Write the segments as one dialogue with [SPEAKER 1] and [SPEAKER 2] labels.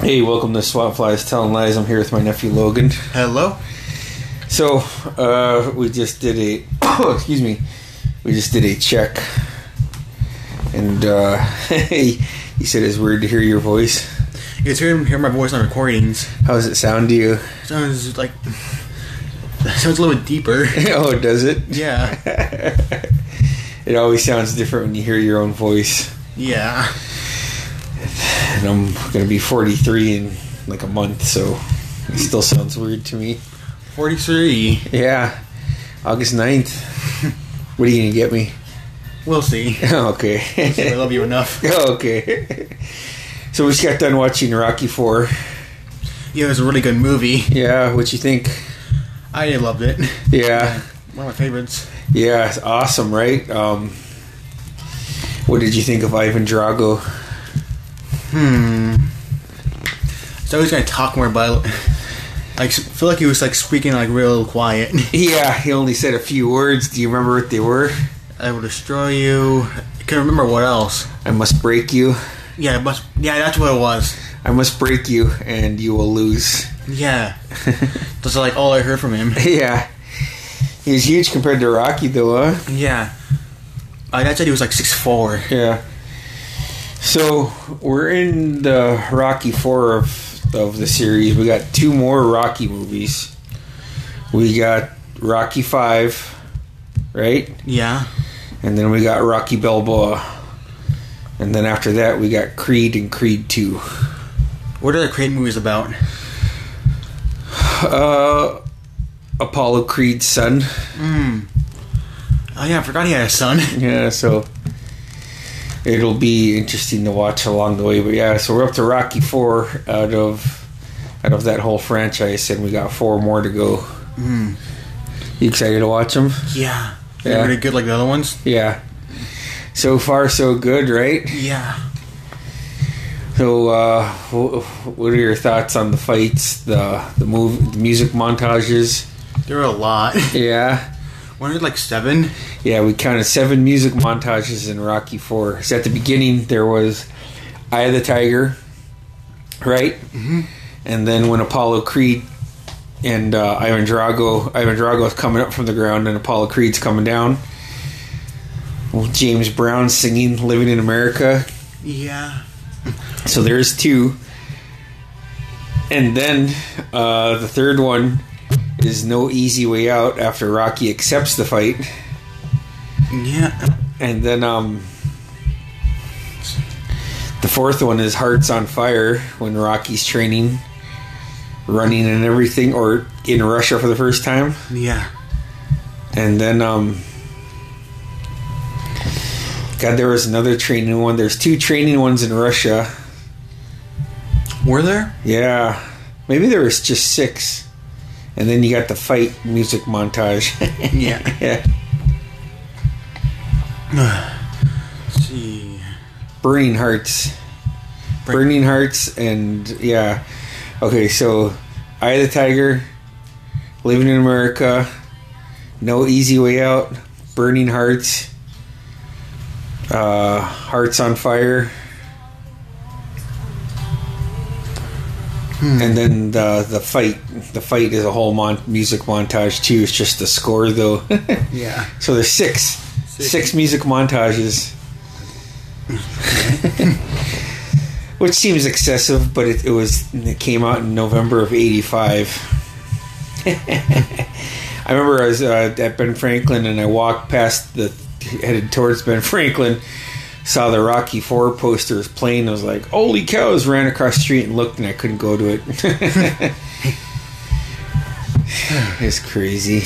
[SPEAKER 1] Hey, welcome to Swat Flies Telling Lies. I'm here with my nephew Logan.
[SPEAKER 2] Hello.
[SPEAKER 1] So, uh, we just did a, excuse me, we just did a check. And, uh, he, he said it's weird to hear your voice.
[SPEAKER 2] You guys hear, hear my voice on recordings.
[SPEAKER 1] How does it sound to you?
[SPEAKER 2] It sounds like it sounds a little bit deeper.
[SPEAKER 1] oh, does it?
[SPEAKER 2] Yeah.
[SPEAKER 1] It always sounds different when you hear your own voice.
[SPEAKER 2] Yeah.
[SPEAKER 1] And I'm going to be 43 in like a month, so it still sounds weird to me.
[SPEAKER 2] Forty three.
[SPEAKER 1] Yeah. August 9th. What are you going to get me?
[SPEAKER 2] We'll see.
[SPEAKER 1] Okay.
[SPEAKER 2] I love you enough.
[SPEAKER 1] okay. So we just got done watching Rocky Four.
[SPEAKER 2] Yeah, it was a really good movie.
[SPEAKER 1] Yeah, what you think?
[SPEAKER 2] I loved it.
[SPEAKER 1] Yeah,
[SPEAKER 2] One of my favorites.
[SPEAKER 1] yeah, it's awesome, right? Um, what did you think of Ivan Drago?
[SPEAKER 2] Hmm. So I was gonna talk more, but I s- feel like he was like speaking like real quiet.
[SPEAKER 1] Yeah, he only said a few words. Do you remember what they were?
[SPEAKER 2] I will destroy you. I can't remember what else.
[SPEAKER 1] I must break you.
[SPEAKER 2] Yeah, it must. Yeah, that's what it was.
[SPEAKER 1] I must break you, and you will lose.
[SPEAKER 2] Yeah. That's like all I heard from him.
[SPEAKER 1] yeah, he was huge compared to Rocky, though, huh?
[SPEAKER 2] Yeah. I I said he was like six four.
[SPEAKER 1] Yeah. So we're in the Rocky Four of of the series. We got two more Rocky movies. We got Rocky Five, right?
[SPEAKER 2] Yeah.
[SPEAKER 1] And then we got Rocky Balboa. And then after that, we got Creed and Creed Two.
[SPEAKER 2] What are the Creed movies about?
[SPEAKER 1] Uh, Apollo Creed's son.
[SPEAKER 2] Hmm. Oh yeah, I forgot he had a son.
[SPEAKER 1] Yeah, so it'll be interesting to watch along the way. But yeah, so we're up to Rocky Four out of out of that whole franchise, and we got four more to go.
[SPEAKER 2] Hmm.
[SPEAKER 1] You excited to watch them?
[SPEAKER 2] Yeah. They're
[SPEAKER 1] Yeah.
[SPEAKER 2] really good like the other ones.
[SPEAKER 1] Yeah. So far, so good, right?
[SPEAKER 2] Yeah.
[SPEAKER 1] So, uh, wh- what are your thoughts on the fights, the the move, the music montages?
[SPEAKER 2] There were a lot.
[SPEAKER 1] Yeah,
[SPEAKER 2] Weren't there like seven?
[SPEAKER 1] yeah. We counted seven music montages in Rocky Four. So at the beginning, there was Eye of the Tiger, right?
[SPEAKER 2] Mm-hmm.
[SPEAKER 1] and then when Apollo Creed and uh, Ivan Drago, Ivan Drago is coming up from the ground, and Apollo Creed's coming down. Well, James Brown singing "Living in America,"
[SPEAKER 2] Yeah.
[SPEAKER 1] so there's two. And then uh, the third one is "No Easy Way Out" after Rocky accepts the fight,
[SPEAKER 2] Yeah.
[SPEAKER 1] and then um, the fourth one is "Hearts on Fire" when Rocky's training, running, and everything, or in Russia for the first time.
[SPEAKER 2] Yeah.
[SPEAKER 1] And then, um, God, there was another training one. There's two training ones in Russia.
[SPEAKER 2] Were there?
[SPEAKER 1] Yeah, maybe there was just six. And then you got the fight music montage.
[SPEAKER 2] Yeah.
[SPEAKER 1] yeah,
[SPEAKER 2] Let's see.
[SPEAKER 1] Burning Hearts,
[SPEAKER 2] Burn-
[SPEAKER 1] Burning Hearts, and yeah. Okay, so Eye of the Tiger, Living in America, No Easy Way Out, Burning Hearts, uh, Hearts on Fire. And then the the fight, the fight is a whole mon- music montage too. It's just the score though.
[SPEAKER 2] Yeah.
[SPEAKER 1] so there's six,
[SPEAKER 2] Six.
[SPEAKER 1] six, music montages, which seems excessive, but it, it was it came out in November of '85. I remember I was uh, at Ben Franklin and I walked past the headed towards Ben Franklin, saw the Rocky Four posters playing. I was like, "Holy cows!" Ran across the street and looked, and I couldn't go to it. it's crazy.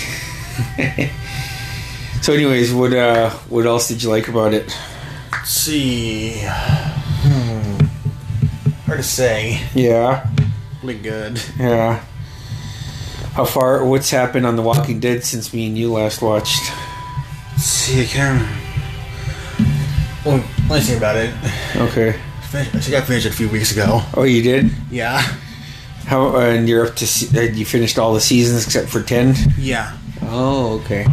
[SPEAKER 1] So, anyways, what uh, what else did you like about it?
[SPEAKER 2] Let's see. Hmm. Hard to say.
[SPEAKER 1] Yeah,
[SPEAKER 2] Really good.
[SPEAKER 1] yeah. How far? What's happened on The Walking Dead since me and you last watched?
[SPEAKER 2] Let's see, I can't remember. Well, let think about it.
[SPEAKER 1] Okay.
[SPEAKER 2] Fin- I think I finished a few weeks ago.
[SPEAKER 1] Oh, you did.
[SPEAKER 2] Yeah.
[SPEAKER 1] How? And you're up to? se- uh, You finished all the seasons except for ten.
[SPEAKER 2] Yeah.
[SPEAKER 1] Oh, okay.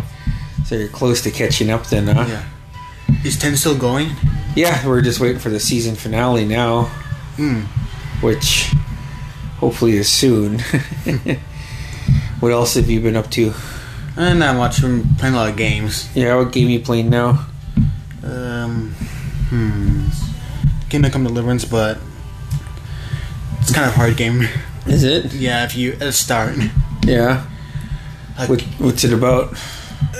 [SPEAKER 1] So you're close to catching up then, huh?
[SPEAKER 2] Yeah. Is 10 still going?
[SPEAKER 1] Yeah, we're just waiting for the season finale now,
[SPEAKER 2] Hmm.
[SPEAKER 1] which hopefully is soon. what else have you been up to?
[SPEAKER 2] And not much. I'm playing a lot of games.
[SPEAKER 1] Yeah, what game you playing now?
[SPEAKER 2] Um, hmm. Game that come Deliverance, but it's kind of a hard game. Hmm.
[SPEAKER 1] Is it?
[SPEAKER 2] Yeah, if you at the start.
[SPEAKER 1] Yeah.
[SPEAKER 2] Like,
[SPEAKER 1] What, what's it about?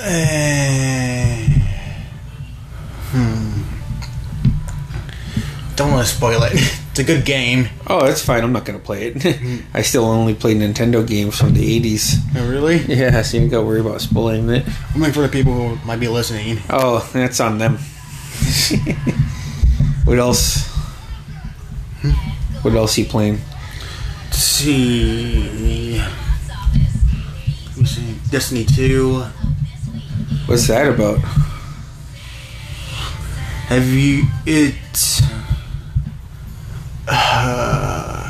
[SPEAKER 2] eh, hmm. Don't want to spoil it. It's a good game.
[SPEAKER 1] Oh, that's fine. I'm not gonna play it. I still only play Nintendo games from the '80s.
[SPEAKER 2] No, Oh, really?
[SPEAKER 1] Yeah, so you ain't gotta worry about spoiling it.
[SPEAKER 2] I'm looking for the people who might be listening.
[SPEAKER 1] Oh, that's on them. what else? What else you playing?
[SPEAKER 2] Let's see. Let me see. Destiny 2.
[SPEAKER 1] What's that about?
[SPEAKER 2] Have you it? Uh,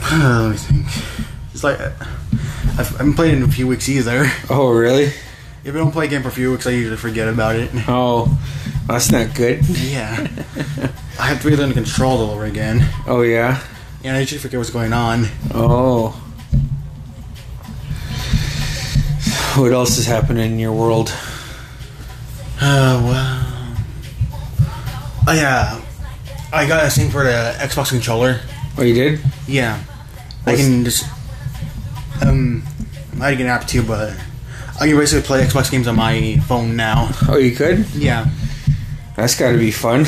[SPEAKER 2] let me think. It's like I I've, I haven't played it in a few weeks either. If
[SPEAKER 1] Oh, really?
[SPEAKER 2] I don't play a game for a few weeks, I usually forget about it.
[SPEAKER 1] Oh, that's not good.
[SPEAKER 2] Yeah, I have to relearn control all over again,
[SPEAKER 1] Oh yeah.
[SPEAKER 2] and I usually forget what's going on.
[SPEAKER 1] Oh. What else is happening in your world?
[SPEAKER 2] Oh wow! Oh yeah, I got a thing for the Xbox controller.
[SPEAKER 1] Oh, you did?
[SPEAKER 2] Yeah. I
[SPEAKER 1] What's-
[SPEAKER 2] can just um I can get an app too, but I can basically play Xbox games on my phone now.
[SPEAKER 1] Oh, you could?
[SPEAKER 2] Yeah.
[SPEAKER 1] That's got to be fun.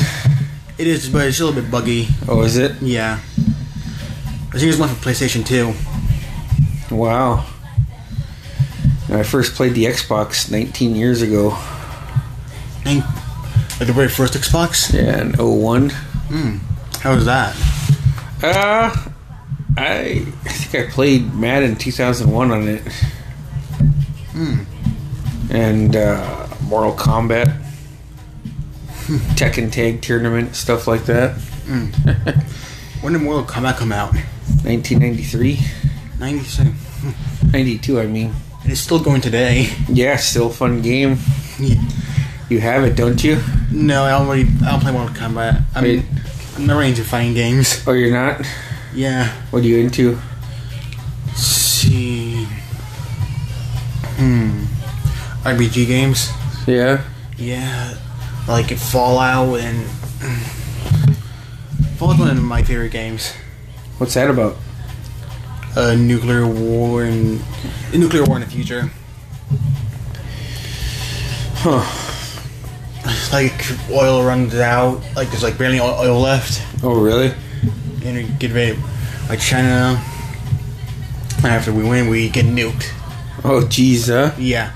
[SPEAKER 2] It is but it's a little bit buggy.
[SPEAKER 1] Oh, is it?
[SPEAKER 2] Yeah. I think it's one for PlayStation 2.
[SPEAKER 1] Wow. When I first played the Xbox 19 years ago.
[SPEAKER 2] I think like the very first Xbox?
[SPEAKER 1] Yeah, in 01.
[SPEAKER 2] Hmm. How was that?
[SPEAKER 1] Uh, I think I played Madden 2001 on it. Hmm. And uh, Mortal Kombat, Tekken Tag Tournament, stuff like that.
[SPEAKER 2] When did Mortal Kombat come out?
[SPEAKER 1] 1993,
[SPEAKER 2] 97.
[SPEAKER 1] 92, I mean.
[SPEAKER 2] And it's still going today.
[SPEAKER 1] Yeah, still a fun game. You have it, don't you?
[SPEAKER 2] No, I don't really I don't play Mortal Kombat. I mean
[SPEAKER 1] Wait.
[SPEAKER 2] I'm not really into fighting games.
[SPEAKER 1] Oh, you're not?
[SPEAKER 2] Yeah.
[SPEAKER 1] What are you into?
[SPEAKER 2] see. Hmm. RPG games.
[SPEAKER 1] Yeah.
[SPEAKER 2] Yeah. Like Fallout and. hmm. Fallout's one of my favorite games.
[SPEAKER 1] What's that about?
[SPEAKER 2] Uh, nuclear war and. Nuclear war in the future.
[SPEAKER 1] Huh.
[SPEAKER 2] Like, oil runs out. Like, there's like barely oil oil left.
[SPEAKER 1] Oh, really?
[SPEAKER 2] And we get ready. Like, China. And after we win, we get nuked.
[SPEAKER 1] Oh, geez, huh?
[SPEAKER 2] Yeah.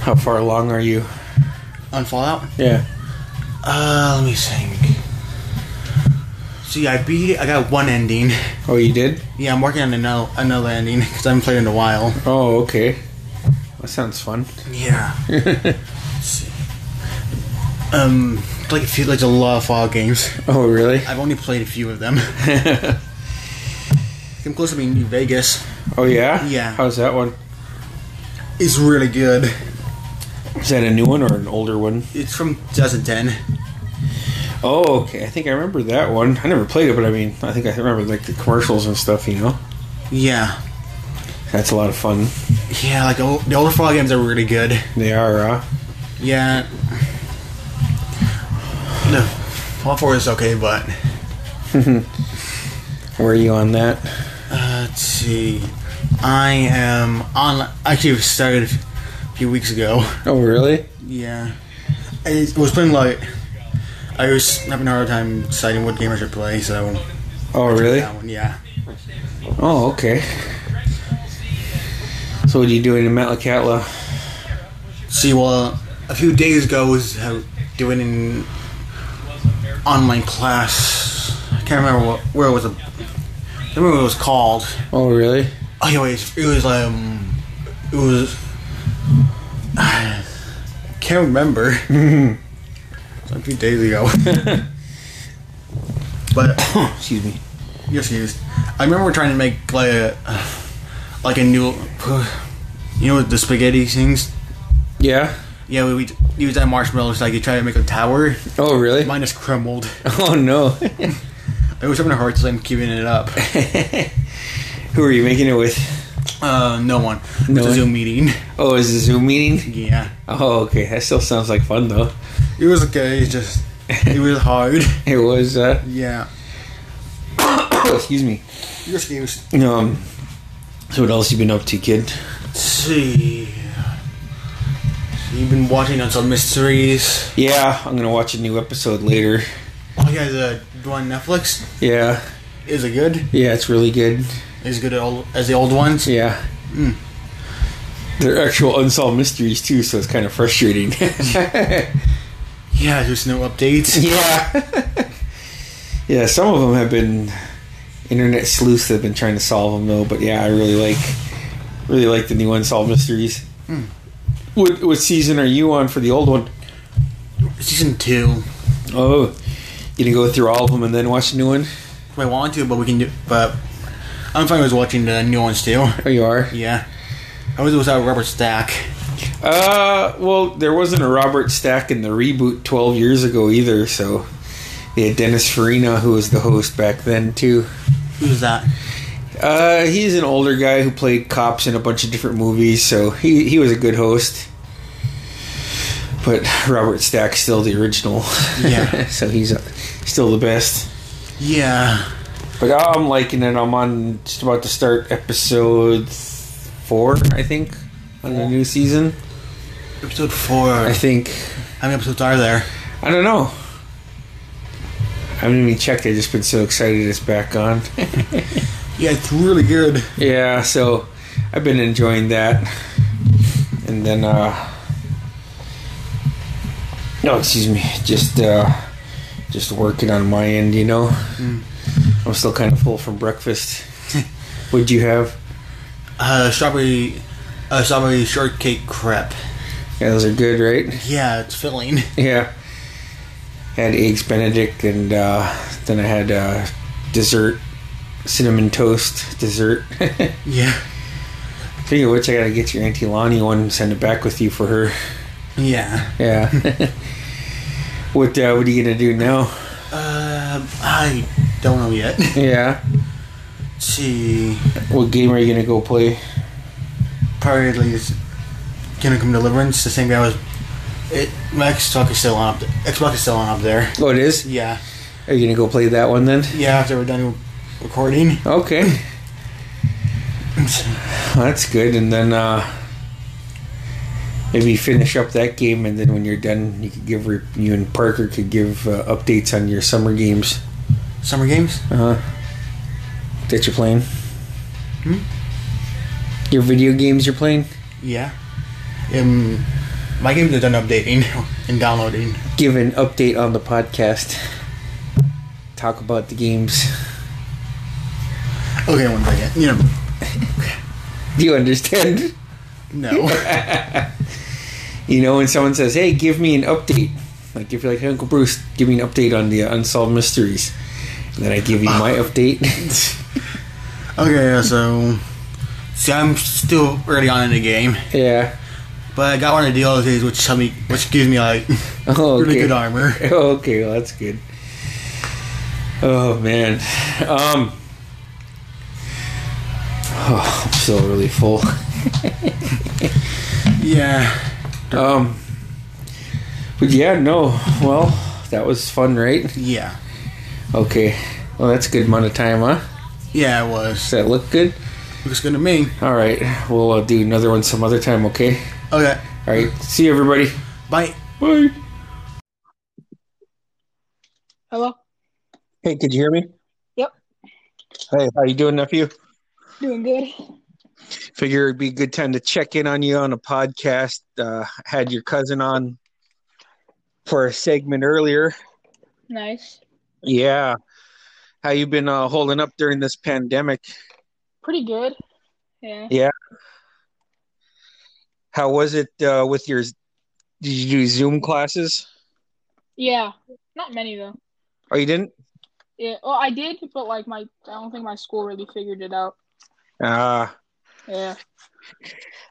[SPEAKER 1] How far along are you?
[SPEAKER 2] On Fallout?
[SPEAKER 1] Yeah.
[SPEAKER 2] Uh, let me think. See, I beat. I got one ending.
[SPEAKER 1] Oh, you did?
[SPEAKER 2] Yeah, I'm working on another another ending because I haven't played in a while.
[SPEAKER 1] Oh, okay. That sounds fun.
[SPEAKER 2] Yeah. see. Um, it's like a few, like a lot of Fallout games.
[SPEAKER 1] Oh, really?
[SPEAKER 2] I've only played a few of them. I'm close to being New Vegas.
[SPEAKER 1] oh, yeah?
[SPEAKER 2] Yeah.
[SPEAKER 1] How's that one?
[SPEAKER 2] It's really good.
[SPEAKER 1] Is that a new one or an older one?
[SPEAKER 2] It's from 2010.
[SPEAKER 1] Oh, okay. I think I remember that one. I never played it, but I mean, I think I remember like the commercials and stuff, you know?
[SPEAKER 2] Yeah.
[SPEAKER 1] That's a lot of fun.
[SPEAKER 2] Yeah, like o- the older Fallout games are really good.
[SPEAKER 1] They are, uh.
[SPEAKER 2] Yeah. No, Fallout 4 is okay, but
[SPEAKER 1] Where are you on that?
[SPEAKER 2] Uh, let's see. I am on. Actually, it started a few weeks ago.
[SPEAKER 1] Oh, really?
[SPEAKER 2] Yeah. I was playing like. I was having a hard time deciding what game I should play, so.
[SPEAKER 1] Oh, really?
[SPEAKER 2] That one, yeah.
[SPEAKER 1] Oh, okay. So, what are you doing in Metlakatla?
[SPEAKER 2] See, well, a few days ago I was uh, doing an online class. I can't remember what, where it was. A, don't remember what it was called.
[SPEAKER 1] Oh, really?
[SPEAKER 2] Anyways, it was um, it was. can't remember. It's a few days ago. but
[SPEAKER 1] Excuse me.
[SPEAKER 2] yes, he was. I remember we're trying to make like a, like a new, you know, the spaghetti things.
[SPEAKER 1] Yeah.
[SPEAKER 2] Yeah, we, we use that marshmallows like you try to make a tower.
[SPEAKER 1] Oh, really?
[SPEAKER 2] Mine is crumbled.
[SPEAKER 1] Oh no.
[SPEAKER 2] I was having a hard time keeping it up.
[SPEAKER 1] Who are you making it with?
[SPEAKER 2] Uh, no one.
[SPEAKER 1] No
[SPEAKER 2] it's a
[SPEAKER 1] one?
[SPEAKER 2] Zoom meeting.
[SPEAKER 1] Oh, is it a Zoom meeting?
[SPEAKER 2] Yeah.
[SPEAKER 1] Oh, okay. That still sounds like fun though.
[SPEAKER 2] It was okay. It just it was hard.
[SPEAKER 1] It was. Uh,
[SPEAKER 2] Yeah.
[SPEAKER 1] excuse me.
[SPEAKER 2] You're excused.
[SPEAKER 1] Um. So what else you been up to, kid?
[SPEAKER 2] see. You've been watching Unsolved Mysteries.
[SPEAKER 1] Yeah, I'm gonna watch a new episode later.
[SPEAKER 2] Oh yeah, the the one on Netflix
[SPEAKER 1] Yeah.
[SPEAKER 2] is it good?
[SPEAKER 1] Yeah, it's really good.
[SPEAKER 2] Is it good at all, as the old ones?
[SPEAKER 1] Yeah.
[SPEAKER 2] Mm.
[SPEAKER 1] They're actual unsolved mysteries too, so it's kind of frustrating.
[SPEAKER 2] Yeah, there's no updates.
[SPEAKER 1] yeah. yeah, some of them have been internet sleuths that have been trying to solve them though, but yeah, I really like really like the new unsolved mysteries. What what season are you on for the old one?
[SPEAKER 2] Season two.
[SPEAKER 1] Oh, you gonna go through all of them and then watch the new one?
[SPEAKER 2] If I want to, but we can do. But I'm fine with watching the new ones too.
[SPEAKER 1] Oh, you are.
[SPEAKER 2] Yeah. I was without Robert Stack.
[SPEAKER 1] Uh, well, there wasn't a Robert Stack in the reboot 12 years ago either, so they had Dennis Farina, who was the host back then, too.
[SPEAKER 2] Who's that?
[SPEAKER 1] Uh, he's an older guy who played cops in a bunch of different movies, so he, he was a good host. But Robert Stack's still the original.
[SPEAKER 2] Yeah.
[SPEAKER 1] so he's uh, still the best.
[SPEAKER 2] Yeah.
[SPEAKER 1] But I'm liking it. I'm on just about to start episode four, I think, on the new season.
[SPEAKER 2] Episode four.
[SPEAKER 1] I think.
[SPEAKER 2] How many episodes are there?
[SPEAKER 1] I don't know. I haven't even checked. I've just been so excited it's back on.
[SPEAKER 2] Yeah, it's really good.
[SPEAKER 1] yeah, so I've been enjoying that. And then, uh. No, excuse me. Just, uh. Just working on my end, you know? I'm still kind of full from breakfast. What'd you have?
[SPEAKER 2] Uh, strawberry, uh, strawberry shortcake crepe.
[SPEAKER 1] Yeah, those are good, right?
[SPEAKER 2] Yeah, it's filling.
[SPEAKER 1] Yeah. Had eggs Benedict, and uh, then I had uh, dessert, cinnamon toast dessert.
[SPEAKER 2] Yeah.
[SPEAKER 1] Speaking of which, I gotta get your Auntie Lonnie one and send it back with you for her.
[SPEAKER 2] Yeah.
[SPEAKER 1] Yeah. what uh, What are you gonna do now?
[SPEAKER 2] Uh, I don't know yet.
[SPEAKER 1] Yeah.
[SPEAKER 2] Let's see,
[SPEAKER 1] What game are you gonna go play?
[SPEAKER 2] probably is gonna come deliverance. The same guy was. It my Xbox is still on up. Xbox is still on up there.
[SPEAKER 1] Oh, it is.
[SPEAKER 2] Yeah.
[SPEAKER 1] Are you gonna go play that one then?
[SPEAKER 2] Yeah. After we're done recording.
[SPEAKER 1] Okay. Well, that's good. And then uh, maybe finish up that game, and then when you're done, you could give re- you and Parker could give uh, updates on your summer games
[SPEAKER 2] Summer games.
[SPEAKER 1] uh, that you're playing.
[SPEAKER 2] Hmm?
[SPEAKER 1] Your video games you're playing.
[SPEAKER 2] Yeah. Um, my games are done updating and downloading.
[SPEAKER 1] give an update on the podcast. Talk about the games.
[SPEAKER 2] Okay, one second. You know,
[SPEAKER 1] Do you understand?
[SPEAKER 2] no.
[SPEAKER 1] You know, when someone says, "Hey, give me an update," like if you're like hey, Uncle Bruce, give me an update on the uh, unsolved mysteries, and then I give you my update.
[SPEAKER 2] Okay, so see, I'm still early on in the game,
[SPEAKER 1] yeah.
[SPEAKER 2] but I got one of the DLCs, which help me, which gives me like
[SPEAKER 1] Oh,
[SPEAKER 2] really
[SPEAKER 1] okay.
[SPEAKER 2] good armor.
[SPEAKER 1] okay, well, that's good. Oh man, um, oh, I'm still really full.
[SPEAKER 2] Yeah,
[SPEAKER 1] Um, but yeah, no. Well, that was fun, right?
[SPEAKER 2] yeah,
[SPEAKER 1] Okay. Well, that's a good amount of time, huh?
[SPEAKER 2] yeah. It was.
[SPEAKER 1] Does that look good?
[SPEAKER 2] Looks good to me.
[SPEAKER 1] All right. We'll uh, do another one some other time, okay?
[SPEAKER 2] Okay,
[SPEAKER 1] All right. See you, everybody.
[SPEAKER 2] bye.
[SPEAKER 1] Bye.
[SPEAKER 3] Hello.
[SPEAKER 1] Hey, could you hear me?
[SPEAKER 3] Yep.
[SPEAKER 1] Hey, how you doing, nephew?
[SPEAKER 3] Doing good.
[SPEAKER 1] Figure it'd be a good time to check in on you on a podcast. Uh, had your cousin on for a segment earlier.
[SPEAKER 3] Nice.
[SPEAKER 1] Yeah. How you been uh, holding up during this pandemic?
[SPEAKER 3] Pretty good. Yeah.
[SPEAKER 1] How was it uh, with your? Did you do Zoom classes?
[SPEAKER 3] Yeah. Not many though.
[SPEAKER 1] Oh, you didn't?
[SPEAKER 3] Yeah. Well, I did, but like my, I don't think my school really figured it out.
[SPEAKER 1] Ah,
[SPEAKER 3] Yeah.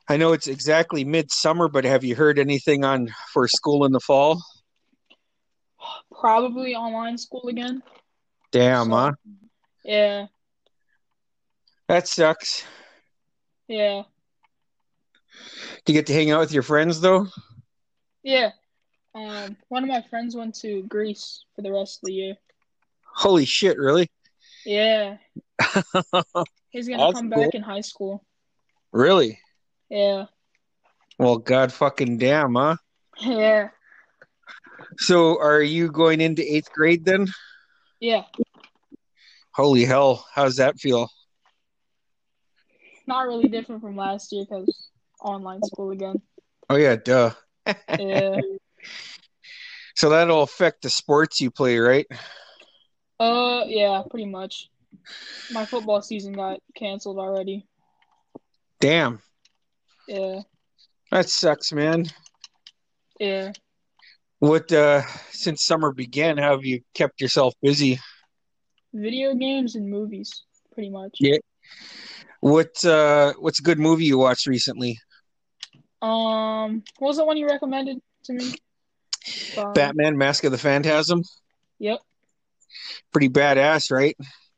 [SPEAKER 1] I know it's exactly midsummer, but have you heard anything on for school in the fall?
[SPEAKER 3] Probably online school again.
[SPEAKER 1] Damn, huh?
[SPEAKER 3] Yeah.
[SPEAKER 1] That sucks.
[SPEAKER 3] Yeah.
[SPEAKER 1] Do you get to hang out with your friends though?
[SPEAKER 3] Yeah. Um, one of my friends went to Greece for the rest of the year.
[SPEAKER 1] Holy shit, really?
[SPEAKER 3] Yeah. He's gonna
[SPEAKER 1] That's
[SPEAKER 3] come
[SPEAKER 1] cool.
[SPEAKER 3] back in high school.
[SPEAKER 1] Really?
[SPEAKER 3] Yeah.
[SPEAKER 1] Well, god fucking damn, huh?
[SPEAKER 3] Yeah.
[SPEAKER 1] So, are you going into eighth grade then?
[SPEAKER 3] Yeah.
[SPEAKER 1] Holy hell, how's that feel?
[SPEAKER 3] Not really different from last year because online school again.
[SPEAKER 1] Oh yeah, duh.
[SPEAKER 3] Yeah.
[SPEAKER 1] So that'll affect the sports you play, right?
[SPEAKER 3] Uh, yeah, pretty much. My football season got canceled already.
[SPEAKER 1] Damn,
[SPEAKER 3] Yeah,
[SPEAKER 1] that sucks, man.
[SPEAKER 3] yeah.
[SPEAKER 1] What uh since summer began, how have you kept yourself busy?
[SPEAKER 3] Video games and movies, pretty much.
[SPEAKER 1] Yeah. What uh what's a good movie you watched recently?
[SPEAKER 3] Um, what was the one you recommended to me? Um,
[SPEAKER 1] Batman Mask of the Phantasm?
[SPEAKER 3] Yep.
[SPEAKER 1] Pretty badass, right?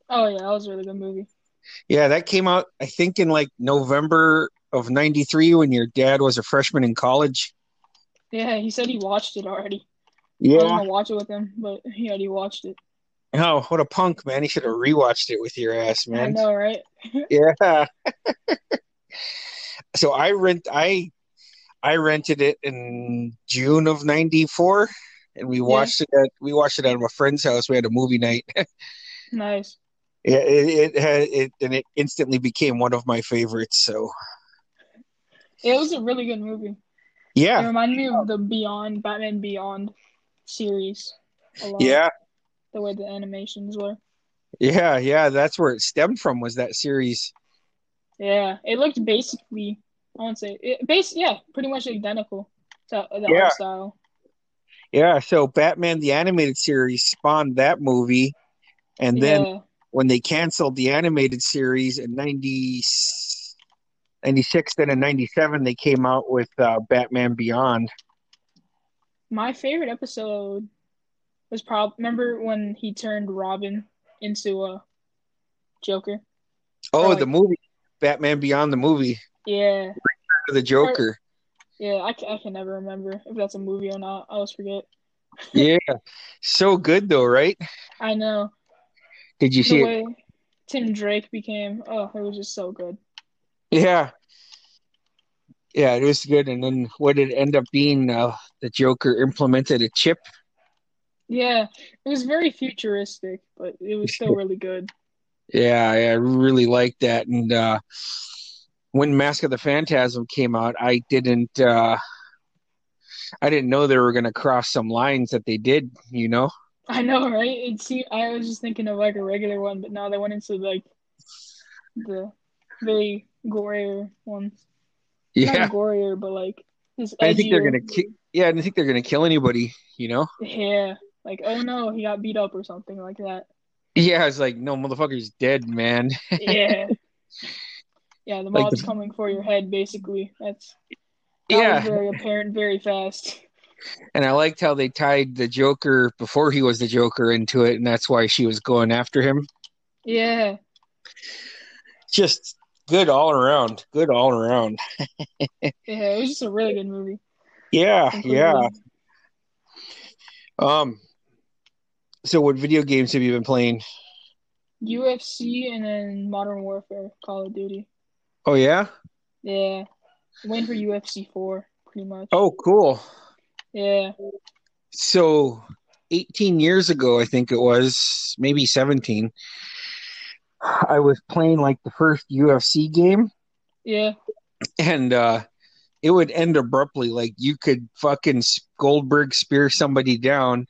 [SPEAKER 3] Oh yeah, that was a really good movie.
[SPEAKER 1] Yeah, that came out I think in like November of 93 when your dad was a freshman in college.
[SPEAKER 3] Yeah, he said he watched it already. I was
[SPEAKER 1] Yeah.
[SPEAKER 3] gonna watch it with him, but he already watched it.
[SPEAKER 1] Oh, what a punk, man. You should have rewatched it with your ass,
[SPEAKER 3] I
[SPEAKER 1] man.
[SPEAKER 3] know, right?
[SPEAKER 1] Yeah. so I rent I I rented it in June of '94, and we watched it. At, we watched it at my friend's house. We had a movie night.
[SPEAKER 3] Nice.
[SPEAKER 1] Yeah, it, it had it, and it instantly became one of my favorites. So
[SPEAKER 3] It was a really good movie. It
[SPEAKER 1] yeah,
[SPEAKER 3] reminded me of the Beyond Batman Beyond series. A lot,
[SPEAKER 1] yeah,
[SPEAKER 3] The way the animations were.
[SPEAKER 1] yeah, yeah. That's where it stemmed from. Was that series?
[SPEAKER 3] Yeah, it looked basically, I won't say it, base. Yeah, pretty much identical to uh, the
[SPEAKER 1] Yeah.
[SPEAKER 3] art style.
[SPEAKER 1] Yeah. So Batman the animated series spawned that movie, and then
[SPEAKER 3] yeah,
[SPEAKER 1] when they canceled the animated series in 90, 96 then in 97 they came out with uh, batman beyond
[SPEAKER 3] my favorite episode was probably remember when he turned Robin into a Joker.
[SPEAKER 1] oh
[SPEAKER 3] Right.
[SPEAKER 1] the movie batman beyond the movie
[SPEAKER 3] Yeah,
[SPEAKER 1] for the joker
[SPEAKER 3] yeah, I, ca- I can never remember if that's a movie or not. I always forget.
[SPEAKER 1] yeah so good though right
[SPEAKER 3] I know
[SPEAKER 1] did you see
[SPEAKER 3] the
[SPEAKER 1] it
[SPEAKER 3] way Tim Drake became. Oh, it was just so good.
[SPEAKER 1] yeah yeah it was good and then what it ended up being uh, the joker implemented a chip
[SPEAKER 3] Yeah, it was very futuristic, but it was still really good.
[SPEAKER 1] yeah i really liked that and uh when mask of the phantasm came out i didn't uh i didn't know they were going to cross some lines that they did you know
[SPEAKER 3] I know, right? It seemed, I was just thinking of like a regular one, but no, they went into like the very gorier ones.
[SPEAKER 1] Yeah,
[SPEAKER 3] Not gorier, but like this
[SPEAKER 1] I think they're
[SPEAKER 3] edgier-
[SPEAKER 1] gonna. Ki- yeah, I don't think they're gonna kill anybody. You know.
[SPEAKER 3] Yeah, like oh no, he got beat up or something like that.
[SPEAKER 1] Yeah, it's like no motherfucker's dead, man.
[SPEAKER 3] Yeah, yeah, the
[SPEAKER 1] Like
[SPEAKER 3] mob's
[SPEAKER 1] the-
[SPEAKER 3] coming for your head, basically. That's that was
[SPEAKER 1] Yeah,
[SPEAKER 3] very apparent very fast.
[SPEAKER 1] and I liked how they tied the Joker before he was the Joker into it, and that's why she was going after him.
[SPEAKER 3] Yeah,
[SPEAKER 1] Just good all around. Good all around.
[SPEAKER 3] yeah, it was just a really good movie.
[SPEAKER 1] Yeah,
[SPEAKER 3] Completely.
[SPEAKER 1] yeah. Um. So, what video games have you been playing?
[SPEAKER 3] UFC and then Modern Warfare, Call of Duty.
[SPEAKER 1] Oh yeah.
[SPEAKER 3] Yeah, waiting for UFC four, pretty much.
[SPEAKER 1] Oh, cool.
[SPEAKER 3] Yeah,
[SPEAKER 1] So, 18 years ago, I think it was, maybe 17, I was playing like the first UFC game,
[SPEAKER 3] yeah,
[SPEAKER 1] and uh, it would end abruptly. Like you could fucking Goldberg spear somebody down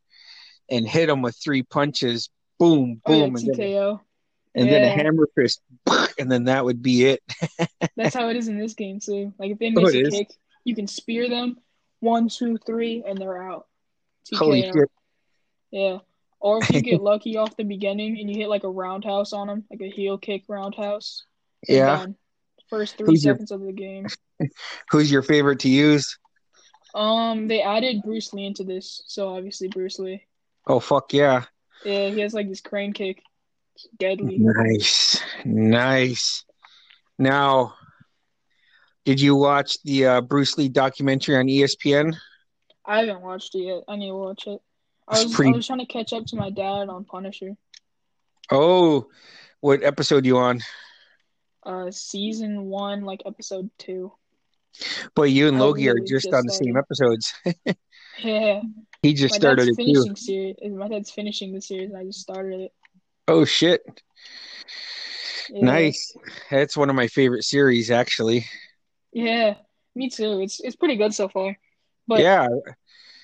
[SPEAKER 1] and hit him with three punches, boom,
[SPEAKER 3] Oh, yeah,
[SPEAKER 1] boom, and, then,
[SPEAKER 3] TKO.
[SPEAKER 1] and then a
[SPEAKER 3] Yeah.
[SPEAKER 1] hammer fist, and then that would be it.
[SPEAKER 3] That's how it is in this game too. Like if they
[SPEAKER 1] Oh,
[SPEAKER 3] miss
[SPEAKER 1] it
[SPEAKER 3] a
[SPEAKER 1] is.
[SPEAKER 3] kick, you can spear them. One, two, three, and they're out.
[SPEAKER 1] Holy
[SPEAKER 3] TKO.
[SPEAKER 1] shit!
[SPEAKER 3] Yeah. Or if you get lucky off the beginning and you hit like a roundhouse on them, like a heel kick roundhouse. you're
[SPEAKER 1] Yeah,
[SPEAKER 3] done. First three
[SPEAKER 1] Who's your-
[SPEAKER 3] seconds of the game.
[SPEAKER 1] who's your favorite to use?
[SPEAKER 3] Um, they added Bruce Lee into this, so obviously Bruce Lee.
[SPEAKER 1] Oh fuck yeah!
[SPEAKER 3] Yeah, he has like this crane kick. It's deadly.
[SPEAKER 1] Nice, nice. Now, did you watch the uh, Bruce Lee documentary on E ESPN?
[SPEAKER 3] I haven't watched it yet. I need to watch it. I
[SPEAKER 1] It's
[SPEAKER 3] was
[SPEAKER 1] pretty-
[SPEAKER 3] I was trying to catch up to my dad on Punisher.
[SPEAKER 1] Oh, what episode you on?
[SPEAKER 3] Uh, season one, like episode two.
[SPEAKER 1] Boy, you and
[SPEAKER 3] I
[SPEAKER 1] Logie are
[SPEAKER 3] literally
[SPEAKER 1] just
[SPEAKER 3] just
[SPEAKER 1] on the same
[SPEAKER 3] started.
[SPEAKER 1] episodes.
[SPEAKER 3] Yeah,
[SPEAKER 1] He just
[SPEAKER 3] my
[SPEAKER 1] started
[SPEAKER 3] dad's
[SPEAKER 1] it too.
[SPEAKER 3] finishing series. My dad's finishing the series, and I just started it.
[SPEAKER 1] Oh shit!
[SPEAKER 3] Yeah.
[SPEAKER 1] Nice. That's one of my favorite series, actually.
[SPEAKER 3] Yeah, me too. It's it's pretty good so far. But
[SPEAKER 1] yeah,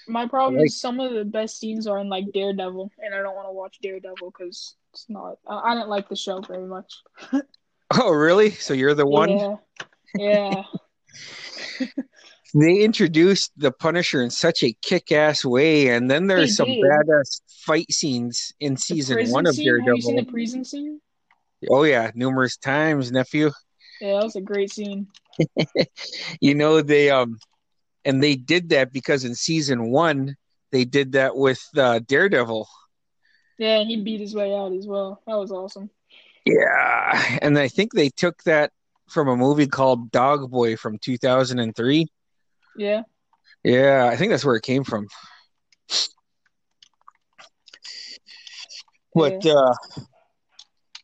[SPEAKER 3] my problem
[SPEAKER 1] I like-
[SPEAKER 3] is some of the best scenes are in like Daredevil, and I don't want to watch Daredevil because it's not. I, I didn't like the show very much.
[SPEAKER 1] Oh, really? So you're the one?
[SPEAKER 3] Yeah, yeah,
[SPEAKER 1] They introduced the Punisher in such a kick ass way, and then there's
[SPEAKER 3] They
[SPEAKER 1] some
[SPEAKER 3] did.
[SPEAKER 1] badass fight scenes in
[SPEAKER 3] The
[SPEAKER 1] season
[SPEAKER 3] prison
[SPEAKER 1] one of
[SPEAKER 3] scene? Have you
[SPEAKER 1] Daredevil.
[SPEAKER 3] seen the prison scene?
[SPEAKER 1] Oh, yeah, numerous times, nephew.
[SPEAKER 3] Yeah, that was a great scene.
[SPEAKER 1] You know, they, um, and they did that because in season one, they did that with uh, Daredevil.
[SPEAKER 3] Yeah, and he beat his way out as well. That was awesome.
[SPEAKER 1] Yeah. And I think they took that from a movie called Dog Boy from 2003.
[SPEAKER 3] Yeah,
[SPEAKER 1] Yeah, I think that's where it came from. But uh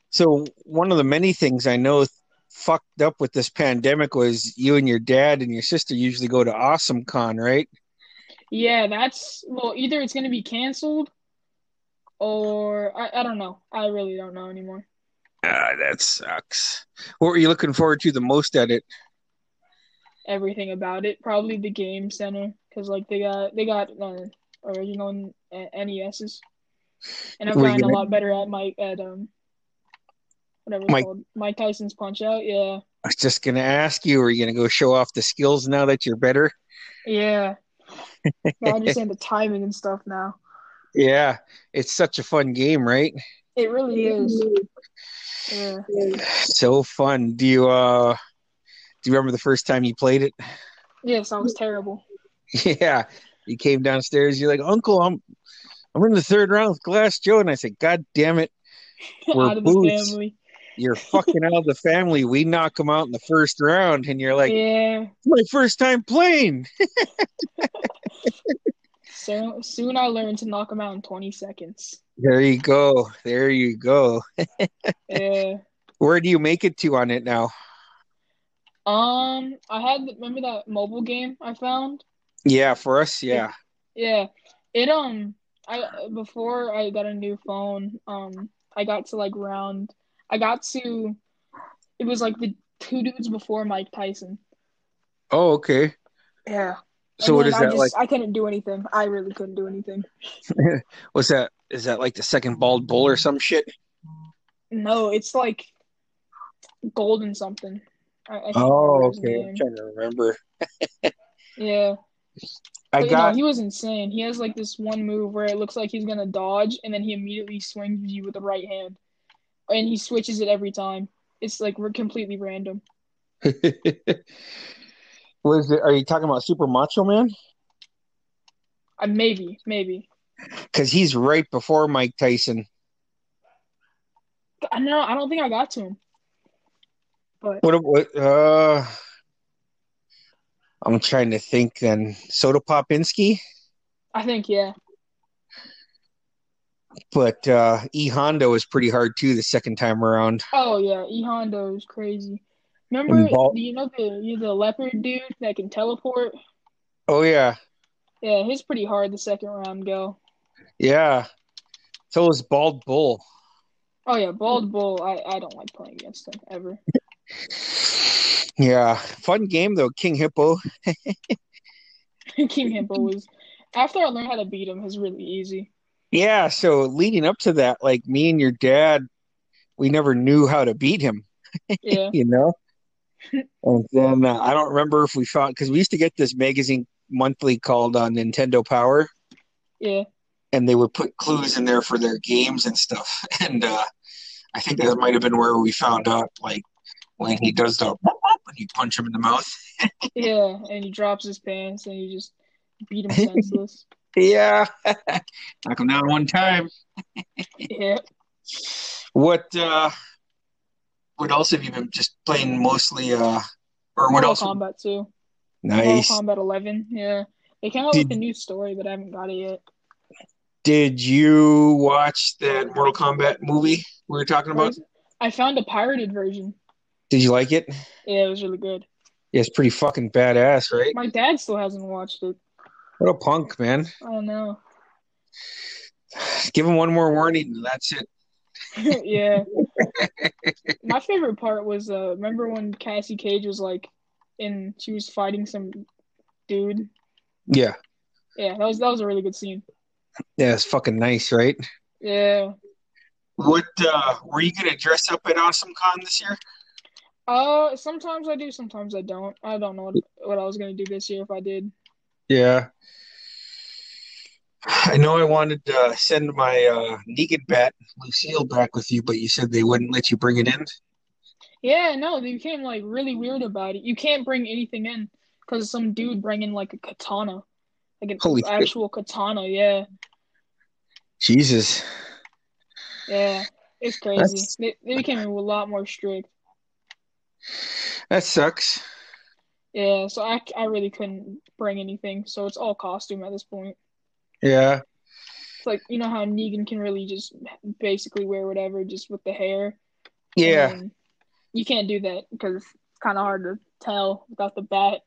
[SPEAKER 1] so one of the many things I know fucked up with this pandemic was you and your dad and your sister usually go to Awesome Con, right?
[SPEAKER 3] yeah. That's well, either it's gonna be canceled, or I, I don't know. I really don't know anymore.
[SPEAKER 1] Ah, that sucks. What were you looking forward to the most at it?
[SPEAKER 3] everything about it. Probably the game center because like they got they got uh, original N- uh, NESs, and I'm
[SPEAKER 1] Were you
[SPEAKER 3] gotten a
[SPEAKER 1] gonna-
[SPEAKER 3] lot better at my at um whatever it's
[SPEAKER 1] Mike-
[SPEAKER 3] called Mike Tyson's Punch Out. Yeah,
[SPEAKER 1] I was just gonna ask you, are you gonna go show off the skills now that you're better?
[SPEAKER 3] yeah. But I understand the timing and stuff now.
[SPEAKER 1] Yeah, it's such a fun game, right?
[SPEAKER 3] It really is. Yeah.
[SPEAKER 1] So fun. Do you uh do you remember the first time you played it?
[SPEAKER 3] Yes, I was terrible.
[SPEAKER 1] Yeah. You came downstairs, you're like, Uncle, I'm I'm in the third round with Glass Joe. And I said, God damn it, We're
[SPEAKER 3] out of the
[SPEAKER 1] boots.
[SPEAKER 3] family.
[SPEAKER 1] you're fucking out of the family. We knock him out in the first round. And you're like,
[SPEAKER 3] yeah.
[SPEAKER 1] "It's my first time playing.
[SPEAKER 3] So soon I learned to knock him out in 20 seconds.
[SPEAKER 1] There you go. There you go.
[SPEAKER 3] Yeah.
[SPEAKER 1] Where do you make it to on it now?
[SPEAKER 3] Um, I had remember that mobile game I found.
[SPEAKER 1] Yeah, for us, yeah.
[SPEAKER 3] Yeah. It um I before I got a new phone, um I got to like round I got to it was like the two dudes before Mike Tyson.
[SPEAKER 1] Oh, okay.
[SPEAKER 3] Yeah.
[SPEAKER 1] So what is
[SPEAKER 3] I
[SPEAKER 1] that like?
[SPEAKER 3] I couldn't do anything. I really couldn't do anything.
[SPEAKER 1] What's that? Is that like the second bald bull or some shit?
[SPEAKER 3] No, it's like golden something. I, I can't
[SPEAKER 1] Oh,
[SPEAKER 3] remember his
[SPEAKER 1] okay. I'm
[SPEAKER 3] name.
[SPEAKER 1] trying to remember.
[SPEAKER 3] Yeah.
[SPEAKER 1] I
[SPEAKER 3] But, you know,
[SPEAKER 1] got
[SPEAKER 3] he was insane. He has like this one move where it looks like he's gonna dodge, and then he immediately swings you with the right hand, and he switches it every time. It's like we're completely random.
[SPEAKER 1] What is it? Are you talking about Super Macho Man?
[SPEAKER 3] Uh, maybe, maybe.
[SPEAKER 1] Because he's right before Mike Tyson.
[SPEAKER 3] I know. I don't think I got to him. But
[SPEAKER 1] What? What? Uh, I'm trying to think. Then Soda Popinski,
[SPEAKER 3] I think yeah,
[SPEAKER 1] but uh, E Honda was pretty hard too the second time around.
[SPEAKER 3] Oh yeah, E Hondo is crazy.
[SPEAKER 1] And
[SPEAKER 3] Remember,
[SPEAKER 1] Bal-
[SPEAKER 3] do you know the you know the leopard dude that can teleport?
[SPEAKER 1] Oh yeah,
[SPEAKER 3] Yeah, he's pretty hard the second round go.
[SPEAKER 1] yeah. So was Bald Bull.
[SPEAKER 3] Oh yeah, Bald Bull. I I don't like playing against him ever.
[SPEAKER 1] Yeah, fun game though. King Hippo.
[SPEAKER 3] King Hippo was. After I learned how to beat him, it was really easy.
[SPEAKER 1] Yeah, so leading up to that, like me and your dad, we never knew how to beat him,
[SPEAKER 3] Yeah.
[SPEAKER 1] you know? and then uh, I don't remember if we found, because we used to get this magazine monthly called uh, Nintendo Power,
[SPEAKER 3] Yeah.
[SPEAKER 1] and they would put clues in there for their games and stuff. And uh, I think that might have been where we found out, like, when he does the when you punch him in the mouth.
[SPEAKER 3] Yeah. And he drops his pants and you just beat him senseless.
[SPEAKER 1] Yeah, knock him down one time.
[SPEAKER 3] Yeah.
[SPEAKER 1] What uh, what else have you been just playing mostly? Uh, or what
[SPEAKER 3] Mortal
[SPEAKER 1] else?
[SPEAKER 3] Kombat too.
[SPEAKER 1] Nice.
[SPEAKER 3] Mortal Kombat 11. Yeah. They came out
[SPEAKER 1] Did-
[SPEAKER 3] with a new story, but I haven't got it yet.
[SPEAKER 1] Did you watch that Mortal Kombat movie we were talking about?
[SPEAKER 3] I found a pirated version.
[SPEAKER 1] Did you like it?
[SPEAKER 3] Yeah, it was really good.
[SPEAKER 1] Yeah, it's pretty fucking badass, right?
[SPEAKER 3] My dad still hasn't watched it.
[SPEAKER 1] What a punk, man.
[SPEAKER 3] I don't know.
[SPEAKER 1] Give him one more warning, and that's it.
[SPEAKER 3] yeah. My favorite part was uh remember when Cassie Cage was like in she was fighting some dude.
[SPEAKER 1] Yeah.
[SPEAKER 3] Yeah, that was that was a really good scene.
[SPEAKER 1] Yeah, it's fucking nice, right?
[SPEAKER 3] Yeah.
[SPEAKER 1] What uh were you gonna dress up at Awesome Con this year?
[SPEAKER 3] Uh sometimes I do, sometimes I don't. I don't know what, what I was gonna do this year if I did.
[SPEAKER 1] Yeah. I know I wanted to send my uh Negan bat Lucille back with you, but you said they wouldn't let you bring it in.
[SPEAKER 3] Yeah, no, they became like really weird about it. You can't bring anything in because some dude bringing like a katana, like an
[SPEAKER 1] Holy shit.
[SPEAKER 3] actual katana. Yeah,
[SPEAKER 1] Jesus.
[SPEAKER 3] yeah, it's crazy.
[SPEAKER 1] That's-
[SPEAKER 3] They they became a lot more strict.
[SPEAKER 1] That sucks.
[SPEAKER 3] Yeah, so I, I really couldn't bring anything, so it's all costume at this point.
[SPEAKER 1] Yeah.
[SPEAKER 3] It's like you know how Negan can really just basically wear whatever just with the hair.
[SPEAKER 1] Yeah.
[SPEAKER 3] And you can't do that because it's kind of hard to tell without the bat.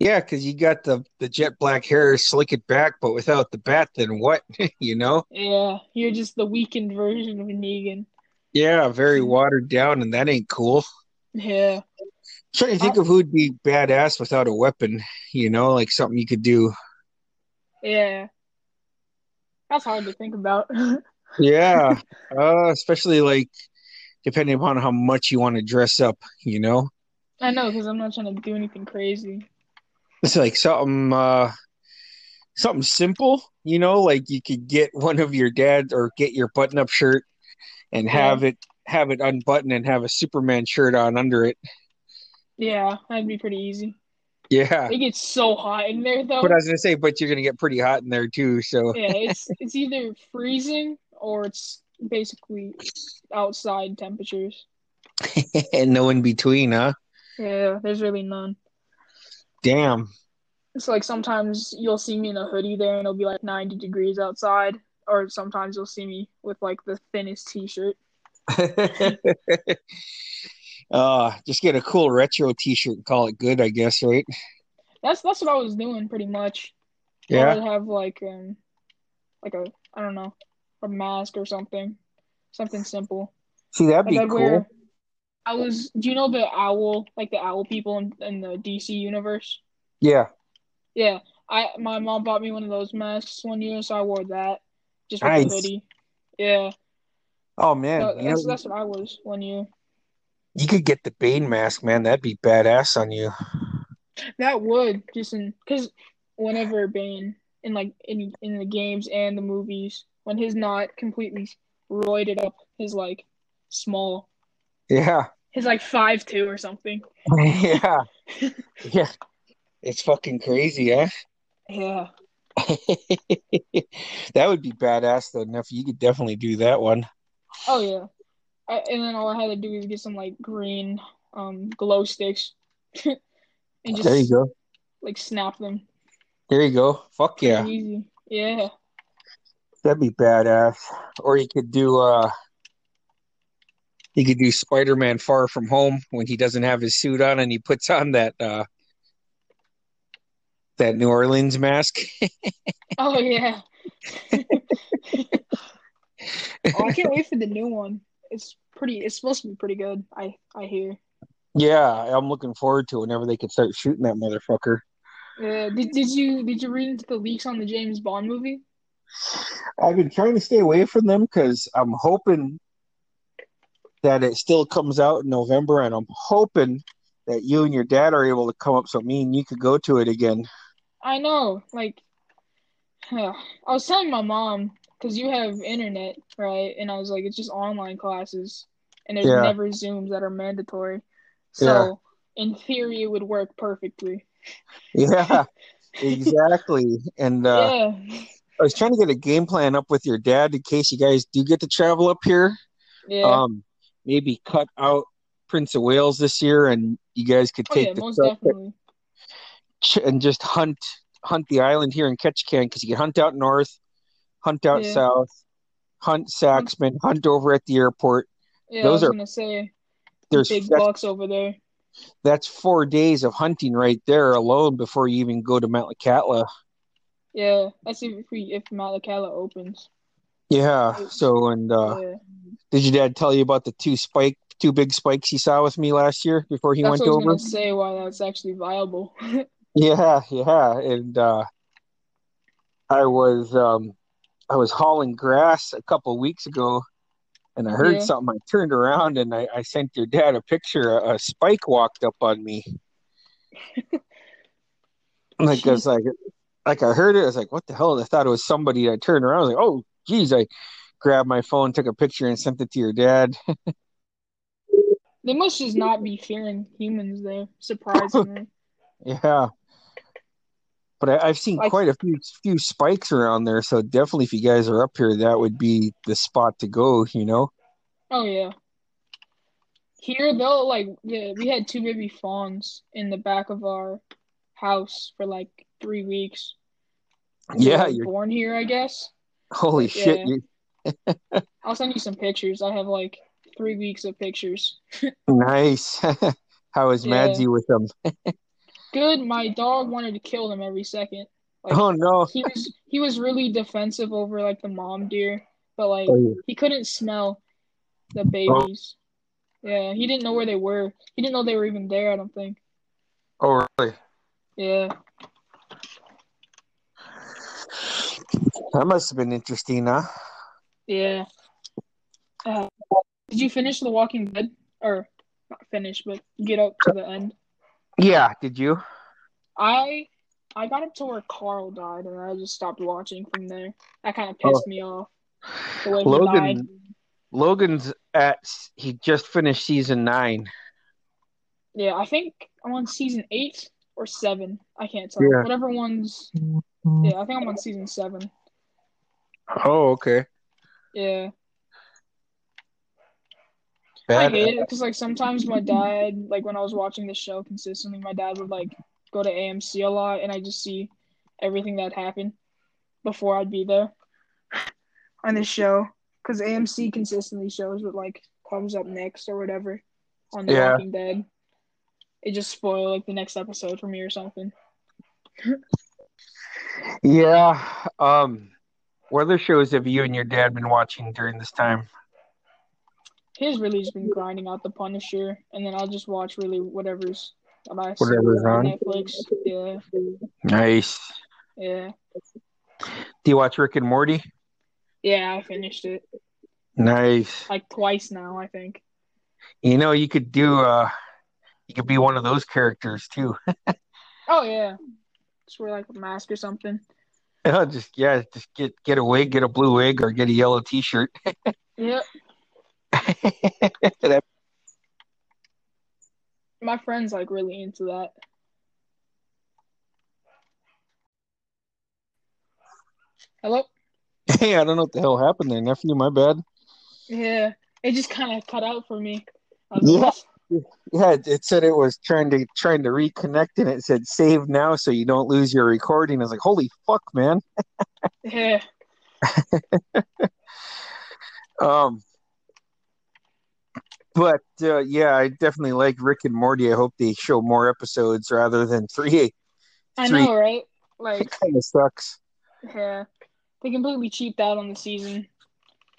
[SPEAKER 1] Yeah, because you got the the jet black hair, slick it back, but without the bat, then what? you know?
[SPEAKER 3] Yeah, you're just the weakened version of Negan.
[SPEAKER 1] Yeah, very watered down, and that ain't cool.
[SPEAKER 3] Yeah.
[SPEAKER 1] trying to think of who'd be badass without a weapon. You know, like something you could do.
[SPEAKER 3] Yeah. That's hard to think about.
[SPEAKER 1] Yeah, uh, especially like depending upon how much you want to dress up. You know,
[SPEAKER 3] I know, because I'm not trying to do anything crazy.
[SPEAKER 1] it's like something uh, something simple. You know, like you could get one of your dad or get your button up shirt and have it have it unbuttoned and have a Superman shirt on under it.
[SPEAKER 3] Yeah, that'd be pretty easy.
[SPEAKER 1] Yeah.
[SPEAKER 3] It gets so hot in there, though.
[SPEAKER 1] But Ah. I was gonna say, but you're gonna get pretty hot in there too. So
[SPEAKER 3] yeah, it's it's either freezing or it's basically outside temperatures.
[SPEAKER 1] and no in between, huh?
[SPEAKER 3] Yeah, there's really none.
[SPEAKER 1] Damn.
[SPEAKER 3] It's like sometimes you'll see me in a hoodie there, and it'll be like 90 degrees outside, or sometimes you'll see me with like the thinnest t-shirt.
[SPEAKER 1] uh just get a cool retro t-shirt and call it good, I guess, right?
[SPEAKER 3] That's that's what I was doing pretty much. I
[SPEAKER 1] Yeah.
[SPEAKER 3] would have like um like a I don't know a mask or something, something simple.
[SPEAKER 1] See, that'd
[SPEAKER 3] Like
[SPEAKER 1] be
[SPEAKER 3] I'd
[SPEAKER 1] cool.
[SPEAKER 3] wear. I was. Do you know the owl? Like the owl people in, in the DC universe?
[SPEAKER 1] Yeah.
[SPEAKER 3] Yeah. I my mom bought me one of those masks one year, so I wore that just with a
[SPEAKER 1] Nice.
[SPEAKER 3] hoodie. Yeah.
[SPEAKER 1] Oh man,
[SPEAKER 3] So
[SPEAKER 1] you, know,
[SPEAKER 3] that's that's what I was one year.
[SPEAKER 1] you could get the Bane mask, man. That'd be badass on you.
[SPEAKER 3] That would just in because whenever Bane in like in in the games and the movies when he's not completely roided up, his like small
[SPEAKER 1] Yeah.
[SPEAKER 3] He's like five two or something.
[SPEAKER 1] yeah. Yeah. It's fucking crazy, huh?
[SPEAKER 3] Yeah.
[SPEAKER 1] that would be badass though, Neff. You could definitely do that one.
[SPEAKER 3] Oh yeah. I, and then all I had to do was get some like green um glow sticks, and just
[SPEAKER 1] There you go.
[SPEAKER 3] like snap them.
[SPEAKER 1] There you go. Fuck
[SPEAKER 3] Pretty
[SPEAKER 1] yeah.
[SPEAKER 3] Easy. Yeah.
[SPEAKER 1] That'd be badass. Or you could do uh you could do Spider Man Far From Home when he doesn't have his suit on and he puts on that uh that New Orleans mask.
[SPEAKER 3] Oh yeah. oh, I can't wait for the new one. It's pretty. It's supposed to be pretty good. I I hear.
[SPEAKER 1] Yeah, I'm looking forward to whenever they could start shooting that motherfucker.
[SPEAKER 3] Yeah. Did did you did you read into the leaks on the James Bond movie?
[SPEAKER 1] I've been trying to stay away from them because I'm hoping that it still comes out in November, and I'm hoping that you and your dad are able to come up so me and you could go to it again.
[SPEAKER 3] I know. Like, I was telling my mom because you have internet, right? And I was like, it's just online classes, and there's
[SPEAKER 1] Yeah.
[SPEAKER 3] never Zooms that are mandatory. So in theory, it would work perfectly.
[SPEAKER 1] Yeah, exactly. And uh,
[SPEAKER 3] yeah,
[SPEAKER 1] I was trying to get a game plan up with your dad in case you guys do get to travel up here.
[SPEAKER 3] yeah.
[SPEAKER 1] Um, maybe cut out Prince of Wales this year, and you guys could
[SPEAKER 3] oh
[SPEAKER 1] take
[SPEAKER 3] yeah,
[SPEAKER 1] the
[SPEAKER 3] most
[SPEAKER 1] truck
[SPEAKER 3] definitely.
[SPEAKER 1] ch- and just hunt hunt the island here in Ketchikan because you can hunt out north, hunt out
[SPEAKER 3] Yeah.
[SPEAKER 1] south, hunt Saxman, hunt over at the airport.
[SPEAKER 3] Yeah,
[SPEAKER 1] Those
[SPEAKER 3] I was
[SPEAKER 1] are-
[SPEAKER 3] gonna say
[SPEAKER 1] There's
[SPEAKER 3] big
[SPEAKER 1] that's,
[SPEAKER 3] bucks over there.
[SPEAKER 1] that's four days of hunting right there alone before you even go to Mount Lacatla.
[SPEAKER 3] Yeah, that's if we if Malakala opens.
[SPEAKER 1] Yeah. So and uh,
[SPEAKER 3] yeah,
[SPEAKER 1] did your dad tell you about the two spike two big spikes he saw with me last year before he went
[SPEAKER 3] that's what I was
[SPEAKER 1] over?
[SPEAKER 3] gonna say. Why that's actually viable.
[SPEAKER 1] Yeah, yeah, and uh, I was um, I was hauling grass a couple weeks ago, and I heard
[SPEAKER 3] Yeah.
[SPEAKER 1] something. I turned around and I, I sent your dad a picture. A, a spike walked up on me. like I was like, like I heard it. I was like, what the hell? I thought it was somebody. I turned around. I was like, oh, geez. I grabbed my phone, took a picture, and sent it to your dad.
[SPEAKER 3] they must just not be fearing humans there. Surprisingly,
[SPEAKER 1] Yeah. But I, I've seen
[SPEAKER 3] Like-
[SPEAKER 1] quite a few few spikes around there, so definitely if you guys are up here, that would be the spot to go, you know?
[SPEAKER 3] oh yeah. Here though, like yeah, we had two baby fawns in the back of our house for like three weeks. They
[SPEAKER 1] Yeah,
[SPEAKER 3] were
[SPEAKER 1] you're
[SPEAKER 3] born here, I guess.
[SPEAKER 1] holy shit.
[SPEAKER 3] Yeah.
[SPEAKER 1] You,
[SPEAKER 3] I'll send you some pictures. I have like three weeks of pictures.
[SPEAKER 1] nice. How is
[SPEAKER 3] Yeah.
[SPEAKER 1] Madsy with them?
[SPEAKER 3] Good. My dog wanted to kill them every second. Like
[SPEAKER 1] Oh no.
[SPEAKER 3] he was he was really defensive over like the mom deer, but like
[SPEAKER 1] Oh, yeah.
[SPEAKER 3] he couldn't smell the babies. Yeah, he didn't know where they were. He didn't know they were even there. I don't think.
[SPEAKER 1] Oh really?
[SPEAKER 3] Yeah,
[SPEAKER 1] That must have been interesting, huh?
[SPEAKER 3] yeah. Uh, did you finish The Walking Dead? Or not finish, but get up to the end.
[SPEAKER 1] Yeah, did you?
[SPEAKER 3] I I got up to where Carl died, and I just stopped watching from there. That kind of pissed me off. The way he
[SPEAKER 1] Oh. Logan-
[SPEAKER 3] died.
[SPEAKER 1] Logan's at he just finished season nine.
[SPEAKER 3] Yeah, I think I'm on season eight or seven. I can't tell.
[SPEAKER 1] Yeah.
[SPEAKER 3] Whatever one's. Yeah, I think I'm on season seven.
[SPEAKER 1] Oh, okay.
[SPEAKER 3] Yeah, I
[SPEAKER 1] Bad.
[SPEAKER 3] hate it because like sometimes my dad, like when I was watching the show consistently, my dad would like go to AMC a lot, and I just see everything that happened before I'd be there on the show because AMC consistently shows what like comes up next or whatever on The
[SPEAKER 1] Yeah.
[SPEAKER 3] Walking Dead. It just spoiled like the next episode for me or something.
[SPEAKER 1] Yeah. Um what other shows have you and your dad been watching during this time?
[SPEAKER 3] His really just been grinding out the Punisher, and then I'll just watch really whatever's that I see
[SPEAKER 1] Whatever's on.
[SPEAKER 3] Netflix. Yeah,
[SPEAKER 1] Nice.
[SPEAKER 3] yeah,
[SPEAKER 1] Do you watch Rick and Morty?
[SPEAKER 3] yeah. I finished it
[SPEAKER 1] Nice.
[SPEAKER 3] like twice now. I think.
[SPEAKER 1] You know, you could do uh you could be one of those characters too.
[SPEAKER 3] Oh yeah, just wear like a mask or something.
[SPEAKER 1] just yeah, just get get a wig, get a blue wig or get a yellow t shirt.
[SPEAKER 3] Yep. My friend's like really into that. Hello.
[SPEAKER 1] hey, I don't know what the hell happened there, nephew, my bad.
[SPEAKER 3] Yeah, it just kind of cut out for me. Um, I was
[SPEAKER 1] Yeah.
[SPEAKER 3] like,
[SPEAKER 1] Yeah, it- it said it was trying to trying to reconnect and it said save now so you don't lose your recording. I was like, holy fuck, man.
[SPEAKER 3] Yeah.
[SPEAKER 1] Um, but uh, yeah, I definitely like Rick and Morty. I hope they show more episodes rather than three.
[SPEAKER 3] I
[SPEAKER 1] Three.
[SPEAKER 3] know, right? Like,
[SPEAKER 1] It kind of sucks.
[SPEAKER 3] yeah, they completely cheaped out on the season.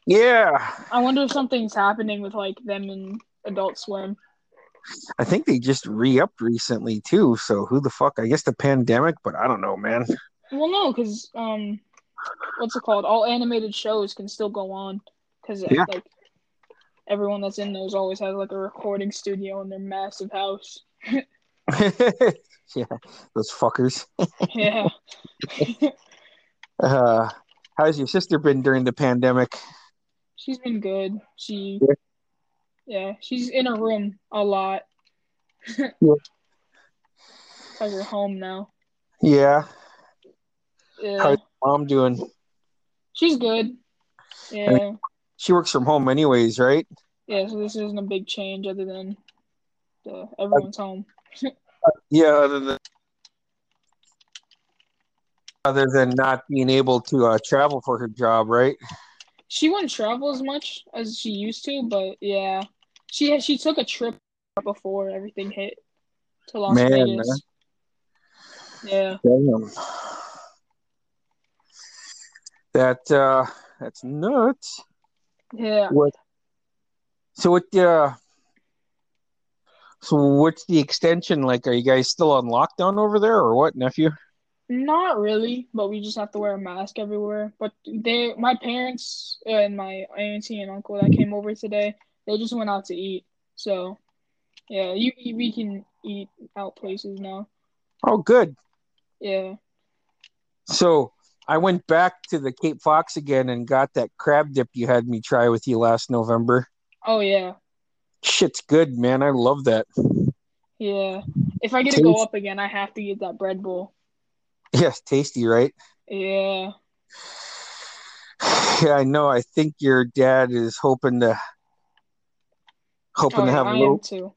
[SPEAKER 1] Yeah,
[SPEAKER 3] I wonder if something's happening with like them and Adult Swim.
[SPEAKER 1] I think they just re-upped recently too. So who the fuck? I guess the pandemic, but I don't know, man.
[SPEAKER 3] Well, no, because um, what's it called? All animated shows can still go on because
[SPEAKER 1] Yeah.
[SPEAKER 3] like everyone that's in those always has like a recording studio in their massive house.
[SPEAKER 1] yeah, those fuckers.
[SPEAKER 3] Yeah,
[SPEAKER 1] Uh, how's your sister been during the pandemic?
[SPEAKER 3] she's been good. She,
[SPEAKER 1] Yeah.
[SPEAKER 3] yeah, she's in her room a lot. Cause you're home now.
[SPEAKER 1] Yeah,
[SPEAKER 3] Yeah,
[SPEAKER 1] How's- mom doing.
[SPEAKER 3] she's good. Yeah,
[SPEAKER 1] She works from home anyways, right?
[SPEAKER 3] yeah. So this isn't a big change other than the, everyone's home.
[SPEAKER 1] Yeah, other than other than not being able to uh, travel for her job, right?
[SPEAKER 3] She wouldn't travel as much as she used to, but yeah, she she took a trip before everything hit to Las
[SPEAKER 1] Man,
[SPEAKER 3] Vegas. Yeah,
[SPEAKER 1] Damn. That uh, that's nuts.
[SPEAKER 3] yeah.
[SPEAKER 1] So what? Uh, so what's the extension like? Are you guys still on lockdown over there, or what, nephew?
[SPEAKER 3] Not really, but we just have to wear a mask everywhere. But they, my parents and my auntie and uncle that came over today, they just went out to eat. So, yeah, you you- we can eat out places now.
[SPEAKER 1] Oh, good.
[SPEAKER 3] Yeah,
[SPEAKER 1] So I went back to the Cape Fox again and got that crab dip you had me try with you last November.
[SPEAKER 3] oh yeah,
[SPEAKER 1] Shit's good, man. I love that.
[SPEAKER 3] yeah. If I get to go
[SPEAKER 1] Taste-
[SPEAKER 3] up again, I have to get that bread bowl.
[SPEAKER 1] Yes, tasty, right?
[SPEAKER 3] Yeah,
[SPEAKER 1] Yeah, I know. I think your dad is hoping to hoping
[SPEAKER 3] oh,
[SPEAKER 1] to
[SPEAKER 3] yeah,
[SPEAKER 1] have a
[SPEAKER 3] I
[SPEAKER 1] little
[SPEAKER 3] am too.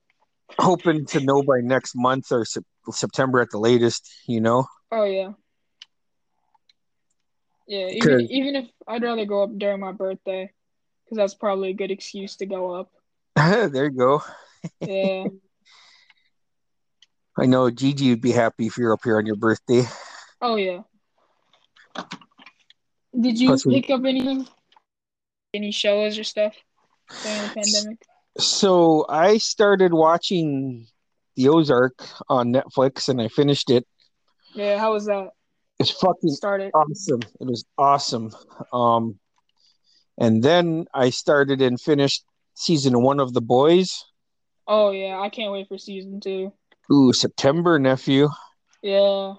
[SPEAKER 1] hoping to know by next month or sep- September at the latest. You know,
[SPEAKER 3] Oh yeah, yeah. Even
[SPEAKER 1] 'Cause-
[SPEAKER 3] even if I'd rather go up during my birthday, because that's probably a good excuse to go up.
[SPEAKER 1] there you go.
[SPEAKER 3] Yeah.
[SPEAKER 1] I know Gigi would be happy if you're up here on your birthday.
[SPEAKER 3] Oh yeah. Did you
[SPEAKER 1] Plus we-
[SPEAKER 3] pick up any any shows or stuff during the pandemic?
[SPEAKER 1] So I started watching The Ozark on Netflix, and I finished it.
[SPEAKER 3] Yeah, how was that?
[SPEAKER 1] It's fucking
[SPEAKER 3] Started.
[SPEAKER 1] awesome. It was awesome. Um, and then I started and finished season one of The Boys.
[SPEAKER 3] Oh yeah, I can't wait for season two.
[SPEAKER 1] Ooh, September nephew.
[SPEAKER 3] Yeah. a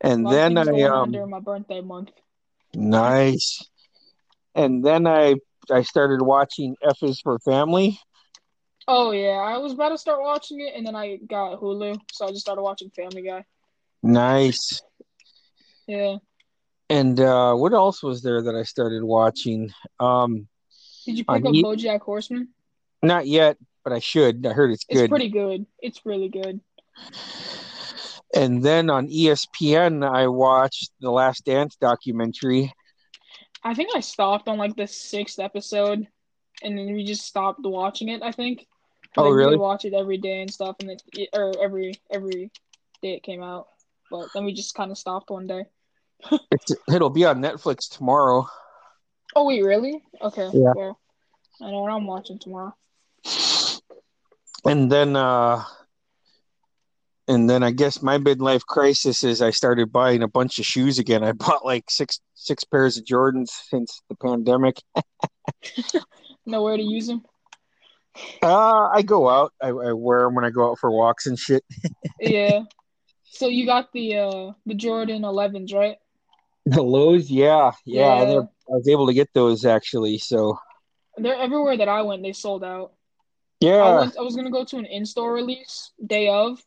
[SPEAKER 1] And
[SPEAKER 3] lot of
[SPEAKER 1] then
[SPEAKER 3] things
[SPEAKER 1] I
[SPEAKER 3] going on
[SPEAKER 1] um
[SPEAKER 3] during my birthday month.
[SPEAKER 1] nice. And then I I started watching F is for Family.
[SPEAKER 3] Oh yeah, I was about to start watching it, and then I got Hulu, so I just started watching Family Guy.
[SPEAKER 1] Nice.
[SPEAKER 3] Yeah.
[SPEAKER 1] And uh what else was there that I started watching? Um
[SPEAKER 3] Did you
[SPEAKER 1] I
[SPEAKER 3] pick up
[SPEAKER 1] need-
[SPEAKER 3] BoJack Horseman?
[SPEAKER 1] not yet, but I should. I heard it's
[SPEAKER 3] It's
[SPEAKER 1] good.
[SPEAKER 3] pretty good. It's really good.
[SPEAKER 1] and then on E ESPN I watched the Last Dance documentary.
[SPEAKER 3] I think I stopped on like the sixth episode, and then we just stopped watching it. I think.
[SPEAKER 1] Oh,
[SPEAKER 3] 'Cause, like, we
[SPEAKER 1] really?
[SPEAKER 3] would watch it every day and stuff, and then or every every day it came out. But then we just kind of stopped one day.
[SPEAKER 1] It's, it'll be on Netflix tomorrow.
[SPEAKER 3] Oh wait, really? Okay.
[SPEAKER 1] Yeah.
[SPEAKER 3] Well, I know what I'm watching tomorrow.
[SPEAKER 1] And then uh and then I guess my midlife crisis is I started buying a bunch of shoes again. I bought like six six pairs of Jordans since the pandemic.
[SPEAKER 3] Nowhere to use them.
[SPEAKER 1] Uh I go out. I, I wear them when I go out for walks and shit.
[SPEAKER 3] yeah. So you got the uh the Jordan 11s, right?
[SPEAKER 1] The lows, yeah, yeah.
[SPEAKER 3] Yeah.
[SPEAKER 1] they're- I was able to get those actually. So
[SPEAKER 3] They're everywhere that I went. They sold out. I,
[SPEAKER 1] yeah,
[SPEAKER 3] went, I was gonna go to an in-store release day of,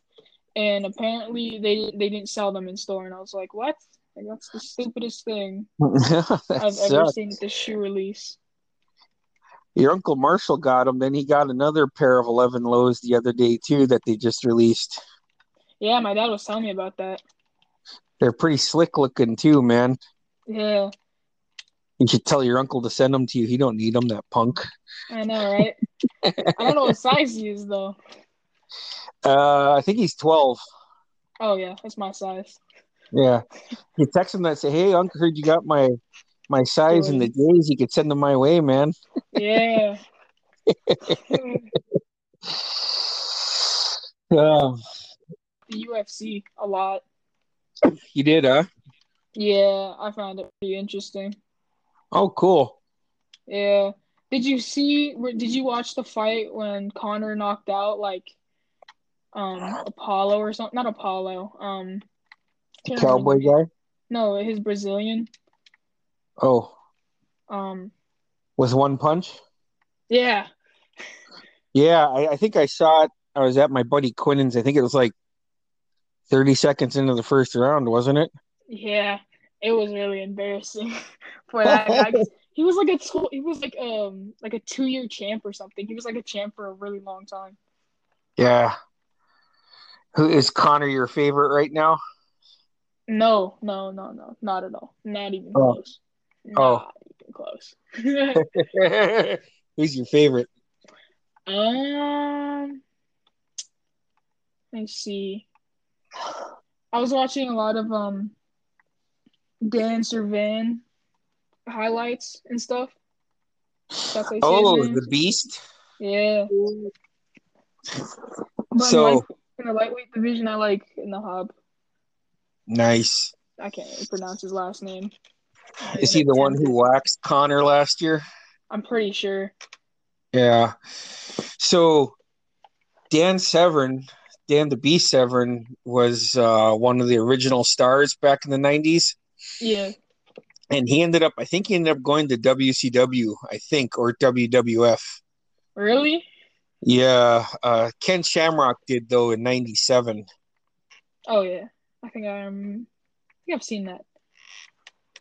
[SPEAKER 3] and apparently they they didn't sell them in store, and I was like, what? Like, that's the stupidest thing
[SPEAKER 1] Oh, that
[SPEAKER 3] I've ever
[SPEAKER 1] sucks.
[SPEAKER 3] seen at the shoe release.
[SPEAKER 1] Your uncle Marshall got them. Then he got another pair of eleven lows the other day too that they just released.
[SPEAKER 3] Yeah, my dad was telling me about that.
[SPEAKER 1] They're pretty slick looking too, man.
[SPEAKER 3] Yeah,
[SPEAKER 1] You should tell your uncle to send them to you. He don't need them, that punk.
[SPEAKER 3] I know, right? I don't know what size he is though.
[SPEAKER 1] Uh, I think he's twelve.
[SPEAKER 3] Oh yeah, that's my size.
[SPEAKER 1] Yeah, you text him that say, "Hey, uncle, heard you got my my size and the days. You could send them my way, man."
[SPEAKER 3] Yeah.
[SPEAKER 1] Um, Uh,
[SPEAKER 3] the UFC a lot.
[SPEAKER 1] you did, huh?
[SPEAKER 3] Yeah, I found it pretty interesting.
[SPEAKER 1] Oh, cool.
[SPEAKER 3] Yeah. Did you see? where- Did you watch the fight when Connor knocked out like, um, Apollo or something? Not Apollo. Um, can't remember-
[SPEAKER 1] Cowboy guy.
[SPEAKER 3] No, his Brazilian.
[SPEAKER 1] Oh,
[SPEAKER 3] Um,
[SPEAKER 1] with one punch.
[SPEAKER 3] yeah,
[SPEAKER 1] Yeah, I, I think I saw it. I was at my buddy Quinnen's. I think it was like thirty seconds into the first round, wasn't it?
[SPEAKER 3] yeah. It was really embarrassing for that guy. 'Cause He was like a tw- he was like um like a two year champ or something. He was like a champ for a really long time.
[SPEAKER 1] Yeah. Who is Connor your favorite right now?
[SPEAKER 3] No, no, no, no, not at all. Not even
[SPEAKER 1] Oh.
[SPEAKER 3] close.
[SPEAKER 1] Oh.
[SPEAKER 3] Not even close.
[SPEAKER 1] Who's your favorite?
[SPEAKER 3] um, let me see. I was watching a lot of um Dan Servan highlights and stuff. That's like
[SPEAKER 1] Oh, the Beast.
[SPEAKER 3] yeah. But
[SPEAKER 1] So-
[SPEAKER 3] like, in the lightweight division, I like in the hub.
[SPEAKER 1] Nice.
[SPEAKER 3] I can't pronounce his last name.
[SPEAKER 1] Is he the one who waxed Connor last year?
[SPEAKER 3] I'm pretty sure.
[SPEAKER 1] Yeah. So Dan Severn, Dan the Beast Severn, was uh, one of the original stars back in the 90s.
[SPEAKER 3] Yeah.
[SPEAKER 1] And he ended up, I think he ended up going to WCW, I think, or WWF.
[SPEAKER 3] Really?
[SPEAKER 1] Yeah. Uh, Ken Shamrock did, though, in 97.
[SPEAKER 3] Oh yeah, I think I'm. I think I've seen that.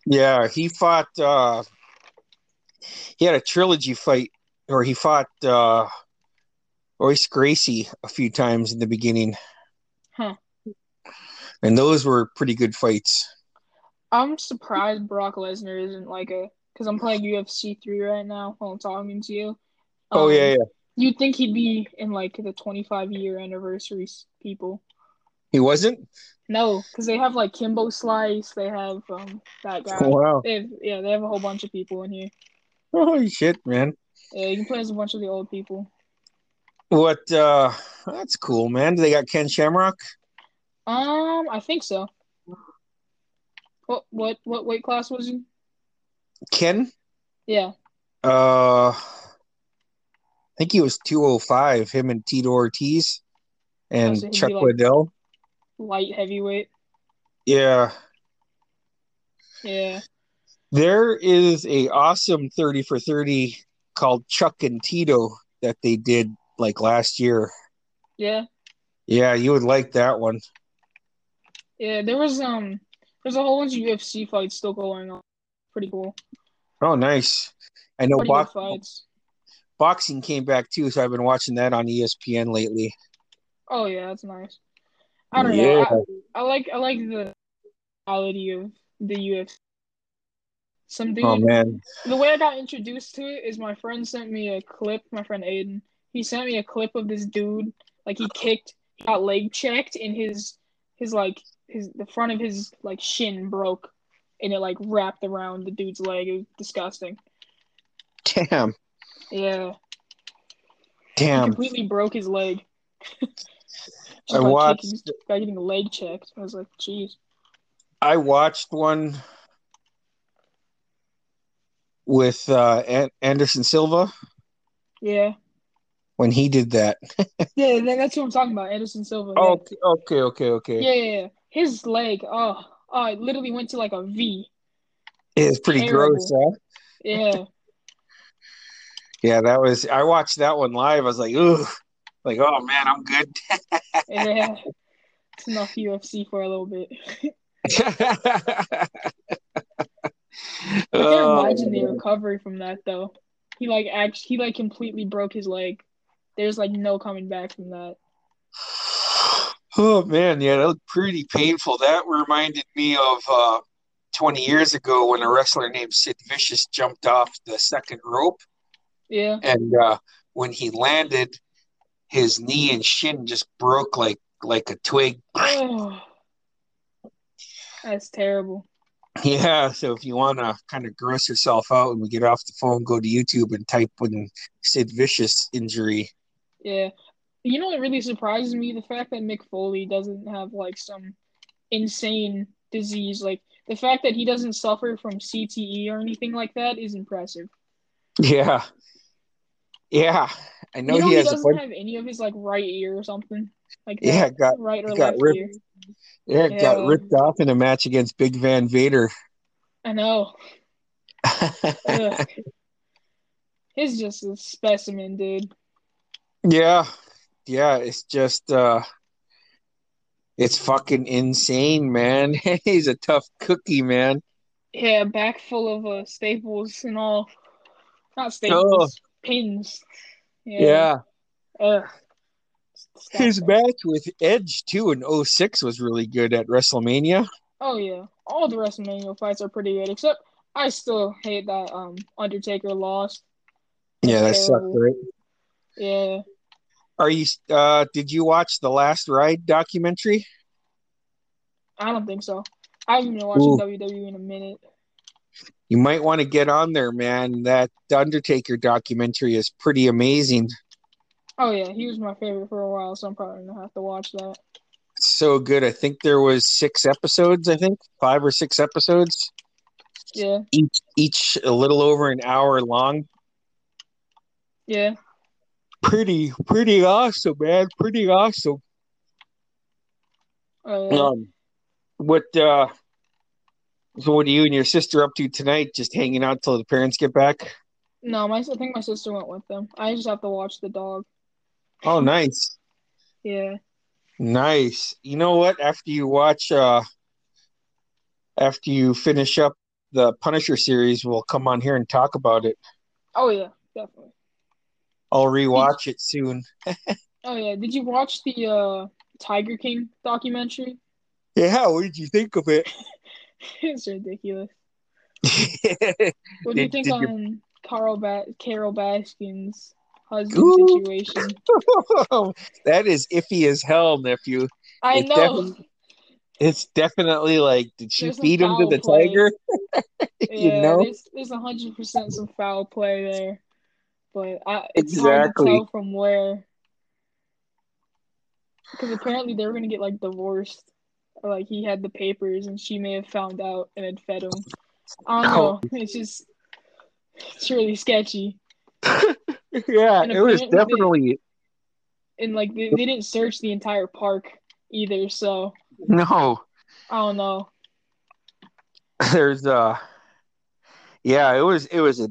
[SPEAKER 1] Yeah. He fought, uh, he had a trilogy fight, or he fought uh, Royce Gracie a few times in the beginning.
[SPEAKER 3] Huh.
[SPEAKER 1] And those were pretty good fights.
[SPEAKER 3] I'm surprised Brock Lesnar isn't like a because I'm playing UFC three right now while I'm talking to you.
[SPEAKER 1] Oh
[SPEAKER 3] Um,
[SPEAKER 1] yeah, yeah.
[SPEAKER 3] You'd think he'd be in like the 25 year anniversary s- people.
[SPEAKER 1] He wasn't.
[SPEAKER 3] No, because they have like Kimbo Slice. They have um that guy.
[SPEAKER 1] wow.
[SPEAKER 3] They have, yeah, they have a whole bunch of people in here.
[SPEAKER 1] Holy shit, man.
[SPEAKER 3] Yeah, you can play as a bunch of the old people.
[SPEAKER 1] What? uh That's cool, man. They got Ken Shamrock.
[SPEAKER 3] Um, I think so. What what what weight class was he?
[SPEAKER 1] Ken.
[SPEAKER 3] Yeah.
[SPEAKER 1] Uh, I think he was two oh five. Him and Tito Ortiz and
[SPEAKER 3] Oh, so he'd
[SPEAKER 1] Chuck
[SPEAKER 3] be like-
[SPEAKER 1] Liddell.
[SPEAKER 3] Light heavyweight.
[SPEAKER 1] Yeah.
[SPEAKER 3] Yeah.
[SPEAKER 1] There is a awesome thirty for thirty called Chuck and Tito that they did like last year.
[SPEAKER 3] Yeah.
[SPEAKER 1] Yeah, you would like that one.
[SPEAKER 3] Yeah, there was um there's a whole bunch of UFC fights still going on. Pretty cool.
[SPEAKER 1] Oh, nice. I know
[SPEAKER 3] Pretty good
[SPEAKER 1] box,
[SPEAKER 3] fights.
[SPEAKER 1] boxing came back too, so I've been watching that on E ESPN lately.
[SPEAKER 3] Oh yeah, that's nice. I don't
[SPEAKER 1] Yeah.
[SPEAKER 3] know. I, I like I like the quality of the UFC. Some dude
[SPEAKER 1] Oh man,
[SPEAKER 3] the way I got introduced to it is my friend sent me a clip, my friend Aiden. He sent me a clip of this dude, like he kicked, got leg checked, and his his like his the front of his like shin broke and it like wrapped around the dude's leg. It was disgusting.
[SPEAKER 1] damn,
[SPEAKER 3] Yeah. He
[SPEAKER 1] damn.
[SPEAKER 3] completely broke his leg.
[SPEAKER 1] I
[SPEAKER 3] Just by
[SPEAKER 1] watched-
[SPEAKER 3] kicking- by getting leg checked. I was like, jeez.
[SPEAKER 1] I watched one with uh, An- Anderson Silva
[SPEAKER 3] Yeah.
[SPEAKER 1] when he did that.
[SPEAKER 3] Yeah, that- that's what I'm talking about. Anderson Silva. yeah.
[SPEAKER 1] Oh, okay, okay, okay.
[SPEAKER 3] Yeah, yeah, yeah. His leg, oh, oh, it literally went to like a V.
[SPEAKER 1] It's pretty
[SPEAKER 3] Terrible.
[SPEAKER 1] gross. Huh?
[SPEAKER 3] Yeah.
[SPEAKER 1] Yeah, that was. I watched that one live. I was like, ooh, like, oh man, I'm good.
[SPEAKER 3] yeah. It's enough UFC for a little bit. I
[SPEAKER 1] I
[SPEAKER 3] can't imagine the recovery from that though. He like act he like completely broke his leg. There's like no coming back from that.
[SPEAKER 1] Oh man, yeah, that looked pretty painful. That reminded me of uh, 20 years ago when a wrestler named Sid Vicious jumped off the second rope,
[SPEAKER 3] Yeah.
[SPEAKER 1] and uh, when he landed, his knee and shin just broke like like a twig.
[SPEAKER 3] Oh. That's terrible.
[SPEAKER 1] Yeah, so if you want to kind of gross yourself out when we get off the phone, go to YouTube and type in Sid Vicious injury.
[SPEAKER 3] Yeah. You know what really surprises me? The fact that Mick Foley doesn't have like some insane disease. Like the fact that he doesn't suffer from CTE or anything like that is impressive.
[SPEAKER 1] Yeah. Yeah. I know,
[SPEAKER 3] you know
[SPEAKER 1] he
[SPEAKER 3] he,
[SPEAKER 1] has a
[SPEAKER 3] doesn't
[SPEAKER 1] bunch.
[SPEAKER 3] have any of his like right ear or something like that.
[SPEAKER 1] Yeah, got
[SPEAKER 3] right or
[SPEAKER 1] he got
[SPEAKER 3] left
[SPEAKER 1] ripped.
[SPEAKER 3] ear.
[SPEAKER 1] yeah, it got
[SPEAKER 3] Yeah.
[SPEAKER 1] ripped off in a match against Big Van Vader.
[SPEAKER 3] I know. Ugh. He's just a specimen, dude.
[SPEAKER 1] yeah. Yeah, it's just uh it's fucking insane, man. He's a tough cookie, man.
[SPEAKER 3] Yeah, back full of uh, staples and all. Not staples, pins.
[SPEAKER 1] Oh. yeah.
[SPEAKER 3] Ugh. Stop
[SPEAKER 1] His
[SPEAKER 3] it.
[SPEAKER 1] match with Edge too in 06 was really good at WrestleMania.
[SPEAKER 3] Oh yeah, all the WrestleMania fights are pretty good, except I still hate that um Undertaker lost.
[SPEAKER 1] Yeah, that sucked,
[SPEAKER 3] Terrible.
[SPEAKER 1] right?
[SPEAKER 3] Yeah,
[SPEAKER 1] Are you uh did you watch the Last Ride documentary?
[SPEAKER 3] I don't think so. I haven't been watching
[SPEAKER 1] Ooh.
[SPEAKER 3] WWE in a minute.
[SPEAKER 1] You might want to get on there, man. That Undertaker documentary is pretty amazing.
[SPEAKER 3] Oh yeah, he was my favorite for a while, so I'm probably gonna have to watch that.
[SPEAKER 1] It's so good. I think there was 6 episodes, I think. 5 or 6 episodes,
[SPEAKER 3] Yeah,
[SPEAKER 1] each each a little over an hour long.
[SPEAKER 3] yeah,
[SPEAKER 1] Pretty pretty awesome, man. Pretty awesome.
[SPEAKER 3] oh, yeah.
[SPEAKER 1] Um, what uh, so what are you and your sister up to tonight? Just hanging out till the parents get back?
[SPEAKER 3] No, my I think my sister went with them. I just have to watch the dog.
[SPEAKER 1] Oh, nice,
[SPEAKER 3] Yeah,
[SPEAKER 1] nice. You know what? After you watch, uh, after you finish up the Punisher series, we'll come on here and talk about it.
[SPEAKER 3] oh yeah, definitely.
[SPEAKER 1] I'll rewatch it soon.
[SPEAKER 3] Oh yeah, did you watch the uh Tiger King documentary?
[SPEAKER 1] Yeah, what did you think of it?
[SPEAKER 3] it's ridiculous. What do you
[SPEAKER 1] Did- did
[SPEAKER 3] think
[SPEAKER 1] you-
[SPEAKER 3] on Carl ba- Carol Baskin's husband
[SPEAKER 1] Ooh.
[SPEAKER 3] situation?
[SPEAKER 1] that is iffy as hell, nephew.
[SPEAKER 3] I
[SPEAKER 1] It
[SPEAKER 3] know.
[SPEAKER 1] It's definitely like, did she
[SPEAKER 3] There's some
[SPEAKER 1] feed him to
[SPEAKER 3] foul
[SPEAKER 1] the
[SPEAKER 3] play.
[SPEAKER 1] tiger? you
[SPEAKER 3] yeah,
[SPEAKER 1] know?
[SPEAKER 3] there's there's a hundred percent some foul play there, but I, it's
[SPEAKER 1] Exactly.
[SPEAKER 3] hard to tell from where. Because apparently they were gonna get like divorced, or, like he had the papers and she may have found out and had fed him. I don't know. It's just it's really sketchy.
[SPEAKER 1] yeah,
[SPEAKER 3] And
[SPEAKER 1] it was
[SPEAKER 3] apparently they-
[SPEAKER 1] definitely
[SPEAKER 3] And like they, they didn't search the entire park either, so
[SPEAKER 1] no.
[SPEAKER 3] I don't know.
[SPEAKER 1] There's uh yeah, it was it was a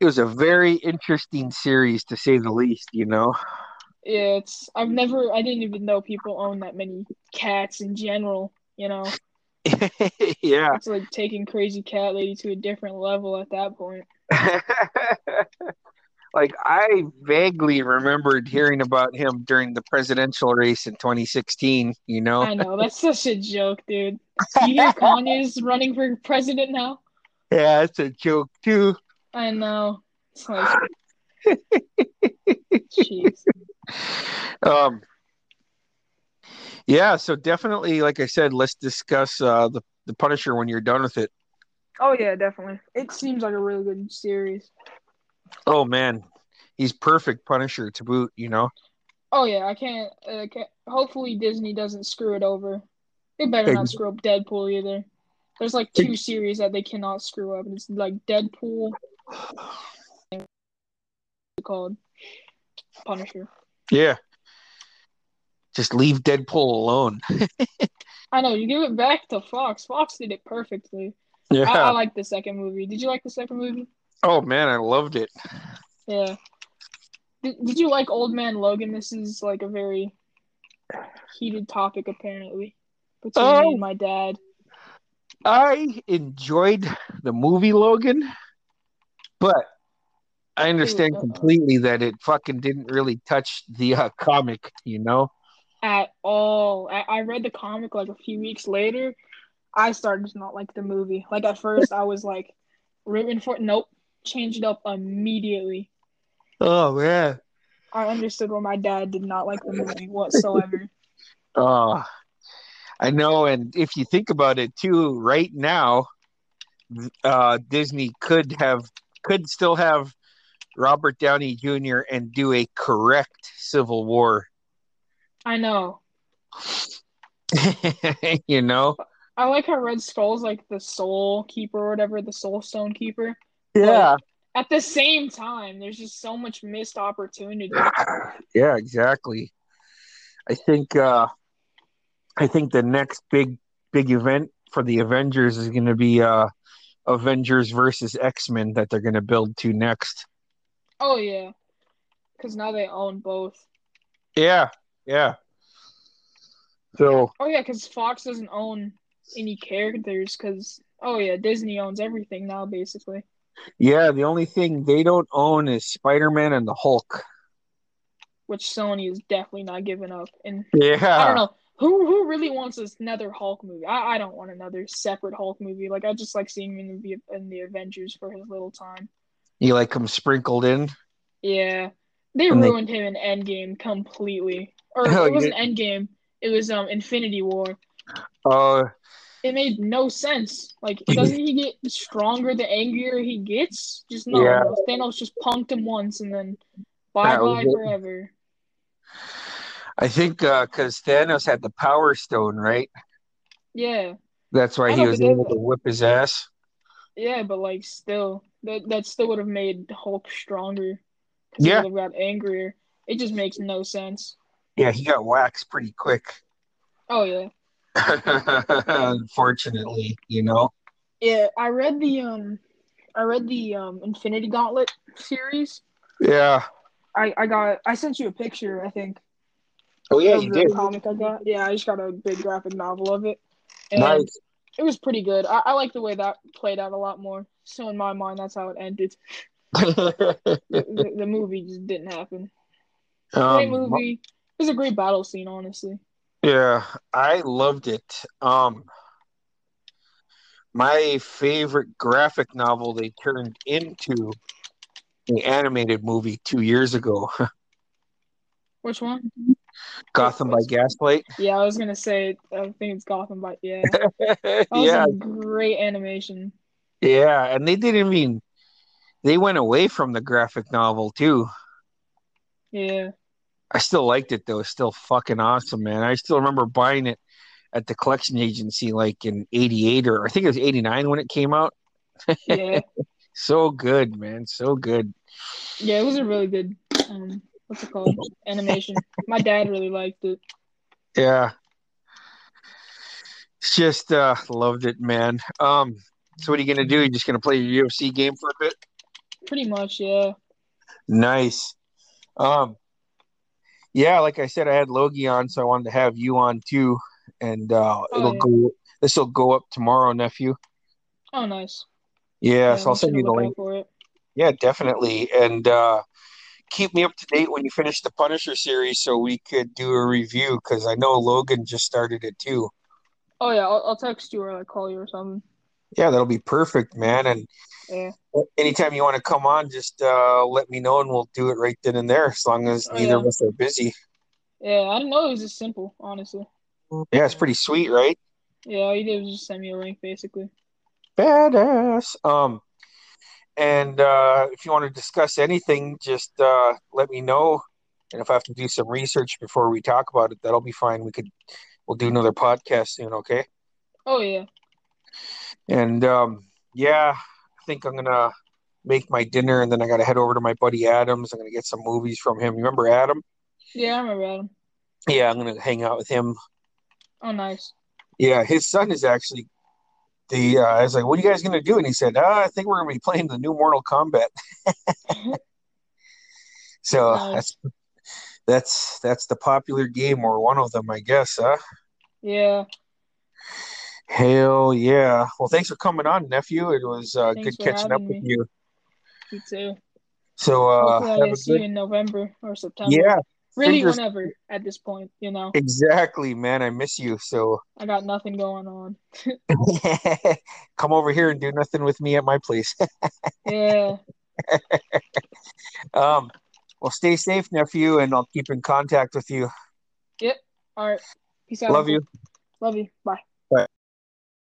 [SPEAKER 1] it was a very interesting series to say the least, you know.
[SPEAKER 3] Yeah, it's I've never I didn't even know people own that many cats in general, you know.
[SPEAKER 1] yeah.
[SPEAKER 3] It's like taking crazy cat lady to a different level at that point.
[SPEAKER 1] like I vaguely remembered hearing about him during the presidential race in 2016, you know.
[SPEAKER 3] I know, that's such a joke, dude. You hear Kanye's running for president now?
[SPEAKER 1] Yeah, it's a joke too.
[SPEAKER 3] I know. It's like Jeez.
[SPEAKER 1] Um Yeah, so definitely like I said, let's discuss uh the, the Punisher when you're done with it.
[SPEAKER 3] Oh yeah, definitely. It seems like a really good series.
[SPEAKER 1] Oh man, he's perfect Punisher to boot. You know,
[SPEAKER 3] Oh yeah, I can't, uh, can't hopefully Disney doesn't screw it over. They better not
[SPEAKER 1] Ex-
[SPEAKER 3] screw up Deadpool either. There's like two series that they cannot screw up. and It's like Deadpool it called Punisher.
[SPEAKER 1] yeah. Just leave Deadpool alone.
[SPEAKER 3] I know you give it back to Fox. Fox did it perfectly.
[SPEAKER 1] Yeah.
[SPEAKER 3] I, I like the second movie. Did you like the second movie?
[SPEAKER 1] oh man, I loved it.
[SPEAKER 3] Yeah. Did, did you like Old Man Logan? This is like a very heated topic apparently between me
[SPEAKER 1] Oh.
[SPEAKER 3] and my dad.
[SPEAKER 1] I enjoyed the movie Logan, but I understand
[SPEAKER 3] uh-uh.
[SPEAKER 1] completely that it fucking didn't really touch the uh, comic. You know?
[SPEAKER 3] at all. I, I read the comic like a few weeks later. I started to not like the movie. Like at first, I was like rooting for it. Nope, changed it up immediately.
[SPEAKER 1] Oh man.
[SPEAKER 3] I understood why my dad did not like the movie whatsoever.
[SPEAKER 1] Oh, I know. And if you think about it too, right now, uh, Disney could have, could still have Robert Downey Jr. and do a correct Civil War.
[SPEAKER 3] I know,
[SPEAKER 1] you know?
[SPEAKER 3] I like how Red Skull's like the soul keeper or whatever, the soul stone keeper.
[SPEAKER 1] Yeah.
[SPEAKER 3] At the same time, there's just so much missed opportunity.
[SPEAKER 1] Yeah, exactly. I think uh I think the next big big event for the Avengers is going to be uh Avengers versus X-Men that they're going to build to next.
[SPEAKER 3] Oh yeah, because now they own both.
[SPEAKER 1] Yeah. Yeah. So,
[SPEAKER 3] Oh yeah, because Fox doesn't own any characters. Because oh yeah, Disney owns everything now basically.
[SPEAKER 1] yeah, the only thing they don't own is Spider-Man and the Hulk.
[SPEAKER 3] Which Sony is definitely not giving up. And
[SPEAKER 1] Yeah.
[SPEAKER 3] I don't know who who really wants this- another Hulk movie. I, I don't want another separate Hulk movie. Like I just like seeing him in the in the Avengers for his little time.
[SPEAKER 1] You like them sprinkled in?
[SPEAKER 3] Yeah, they
[SPEAKER 1] And they-
[SPEAKER 3] ruined him in Endgame completely. Or
[SPEAKER 1] Oh,
[SPEAKER 3] it
[SPEAKER 1] yeah.
[SPEAKER 3] wasn't Endgame. It was um Infinity War.
[SPEAKER 1] Uh
[SPEAKER 3] It made no sense. Like, doesn't he get stronger the angrier he gets? Just no.
[SPEAKER 1] Yeah.
[SPEAKER 3] Thanos just punked him once and then bye
[SPEAKER 1] That was
[SPEAKER 3] bye
[SPEAKER 1] it.
[SPEAKER 3] forever.
[SPEAKER 1] I think uh cuz Thanos had the power stone, right?
[SPEAKER 3] Yeah,
[SPEAKER 1] That's why
[SPEAKER 3] I
[SPEAKER 1] he
[SPEAKER 3] don't
[SPEAKER 1] was
[SPEAKER 3] believe
[SPEAKER 1] able
[SPEAKER 3] it.
[SPEAKER 1] to whip his ass.
[SPEAKER 3] yeah, but like, still, that that still would have made Hulk stronger. 'Cause he
[SPEAKER 1] Yeah.
[SPEAKER 3] would have got angrier. It just makes no sense.
[SPEAKER 1] Yeah, he got waxed pretty quick.
[SPEAKER 3] Oh yeah.
[SPEAKER 1] Unfortunately, you know.
[SPEAKER 3] Yeah, I read the um, I read the um Infinity Gauntlet series.
[SPEAKER 1] Yeah.
[SPEAKER 3] I I got I sent you a picture. I think.
[SPEAKER 1] Oh yeah,
[SPEAKER 3] Of
[SPEAKER 1] you
[SPEAKER 3] the
[SPEAKER 1] did.
[SPEAKER 3] Comic I got. Yeah, I just got a big graphic novel of it. And
[SPEAKER 1] Nice.
[SPEAKER 3] It was pretty good. I, I like the way that played out a lot more. So in my mind, that's how it ended. the, the movie just didn't happen. Great
[SPEAKER 1] Um,
[SPEAKER 3] movie. It was a great battle scene, honestly.
[SPEAKER 1] Yeah, I loved it. Um, my favorite graphic novel they turned into the animated movie two years ago,
[SPEAKER 3] Which one?
[SPEAKER 1] Gotham by Gaslight.
[SPEAKER 3] Yeah, I was gonna say. I think it's Gotham, but yeah, that was
[SPEAKER 1] yeah,
[SPEAKER 3] a great animation.
[SPEAKER 1] yeah, and they didn't even they went away from the graphic novel too.
[SPEAKER 3] Yeah,
[SPEAKER 1] I still liked it though. It's still fucking awesome, man. I still remember buying it at the collection agency like in 88 or I think it was 89 when it came out.
[SPEAKER 3] yeah,
[SPEAKER 1] So good, man. So good.
[SPEAKER 3] yeah. It was a really good. Um, what's it called? Animation. My dad really liked it.
[SPEAKER 1] Yeah. It's just uh loved it, man. Um so what are you gonna do? You just gonna play your UFC game for a bit?
[SPEAKER 3] Pretty much, yeah.
[SPEAKER 1] Nice. Um yeah, like I said, I had Logie on, so I wanted to have you on too. And uh
[SPEAKER 3] Oh,
[SPEAKER 1] it'll
[SPEAKER 3] yeah.
[SPEAKER 1] go this will go up tomorrow, nephew.
[SPEAKER 3] Oh, nice.
[SPEAKER 1] Yeah, so I'll
[SPEAKER 3] I'm
[SPEAKER 1] send
[SPEAKER 3] gonna
[SPEAKER 1] you the
[SPEAKER 3] look out
[SPEAKER 1] link.
[SPEAKER 3] for it.
[SPEAKER 1] Yeah, definitely. And uh keep me up to date when you finish the Punisher series so we could do a review because I know Logan just started it too.
[SPEAKER 3] Oh yeah, I'll, I'll text you or like call you or something.
[SPEAKER 1] Yeah, that'll be perfect, man. And
[SPEAKER 3] Yeah.
[SPEAKER 1] anytime you want to come on, just uh, let me know and we'll do it right then and there as long as
[SPEAKER 3] Oh,
[SPEAKER 1] neither
[SPEAKER 3] yeah.
[SPEAKER 1] of us are busy.
[SPEAKER 3] Yeah, I didn't know it was this simple, honestly.
[SPEAKER 1] Yeah, it's pretty sweet, right?
[SPEAKER 3] Yeah, all you did was just send me a link, basically.
[SPEAKER 1] Badass. Um, and uh, if you want to discuss anything, just uh, let me know. And if I have to do some research before we talk about it, that'll be fine. We could we'll do another podcast soon, okay?
[SPEAKER 3] Oh yeah,
[SPEAKER 1] And um, yeah, I think I'm gonna make my dinner and then I gotta head over to my buddy Adams. I'm gonna get some movies from him. You remember Adam?
[SPEAKER 3] yeah, I remember Adam.
[SPEAKER 1] Yeah, I'm gonna hang out with him
[SPEAKER 3] Oh nice.
[SPEAKER 1] Yeah, his son is actually the. Uh, I was like, "What are you guys gonna do?" And he said, ah, "I think we're gonna be playing the new Mortal Kombat." So
[SPEAKER 3] Nice.
[SPEAKER 1] Uh, that's that's that's the popular game or one of them, I guess. Huh?
[SPEAKER 3] Yeah,
[SPEAKER 1] Hell yeah! Well, thanks for coming on, nephew. It was uh, good
[SPEAKER 3] Thanks for
[SPEAKER 1] catching up
[SPEAKER 3] having
[SPEAKER 1] with
[SPEAKER 3] me.
[SPEAKER 1] you.
[SPEAKER 3] you too.
[SPEAKER 1] So uh,
[SPEAKER 3] Hopefully,
[SPEAKER 1] have
[SPEAKER 3] I
[SPEAKER 1] a
[SPEAKER 3] see you
[SPEAKER 1] good
[SPEAKER 3] in November or September.
[SPEAKER 1] yeah,
[SPEAKER 3] really,
[SPEAKER 1] fingers-
[SPEAKER 3] whenever at this point, you know,
[SPEAKER 1] exactly, man. I miss you. So
[SPEAKER 3] I got nothing going on.
[SPEAKER 1] come over here and do nothing with me at my place.
[SPEAKER 3] Yeah,
[SPEAKER 1] um, well, stay safe, nephew, and I'll keep in contact with you.
[SPEAKER 3] all right. Peace out.
[SPEAKER 1] Love
[SPEAKER 3] uncle.
[SPEAKER 1] you.
[SPEAKER 3] Love you. Bye.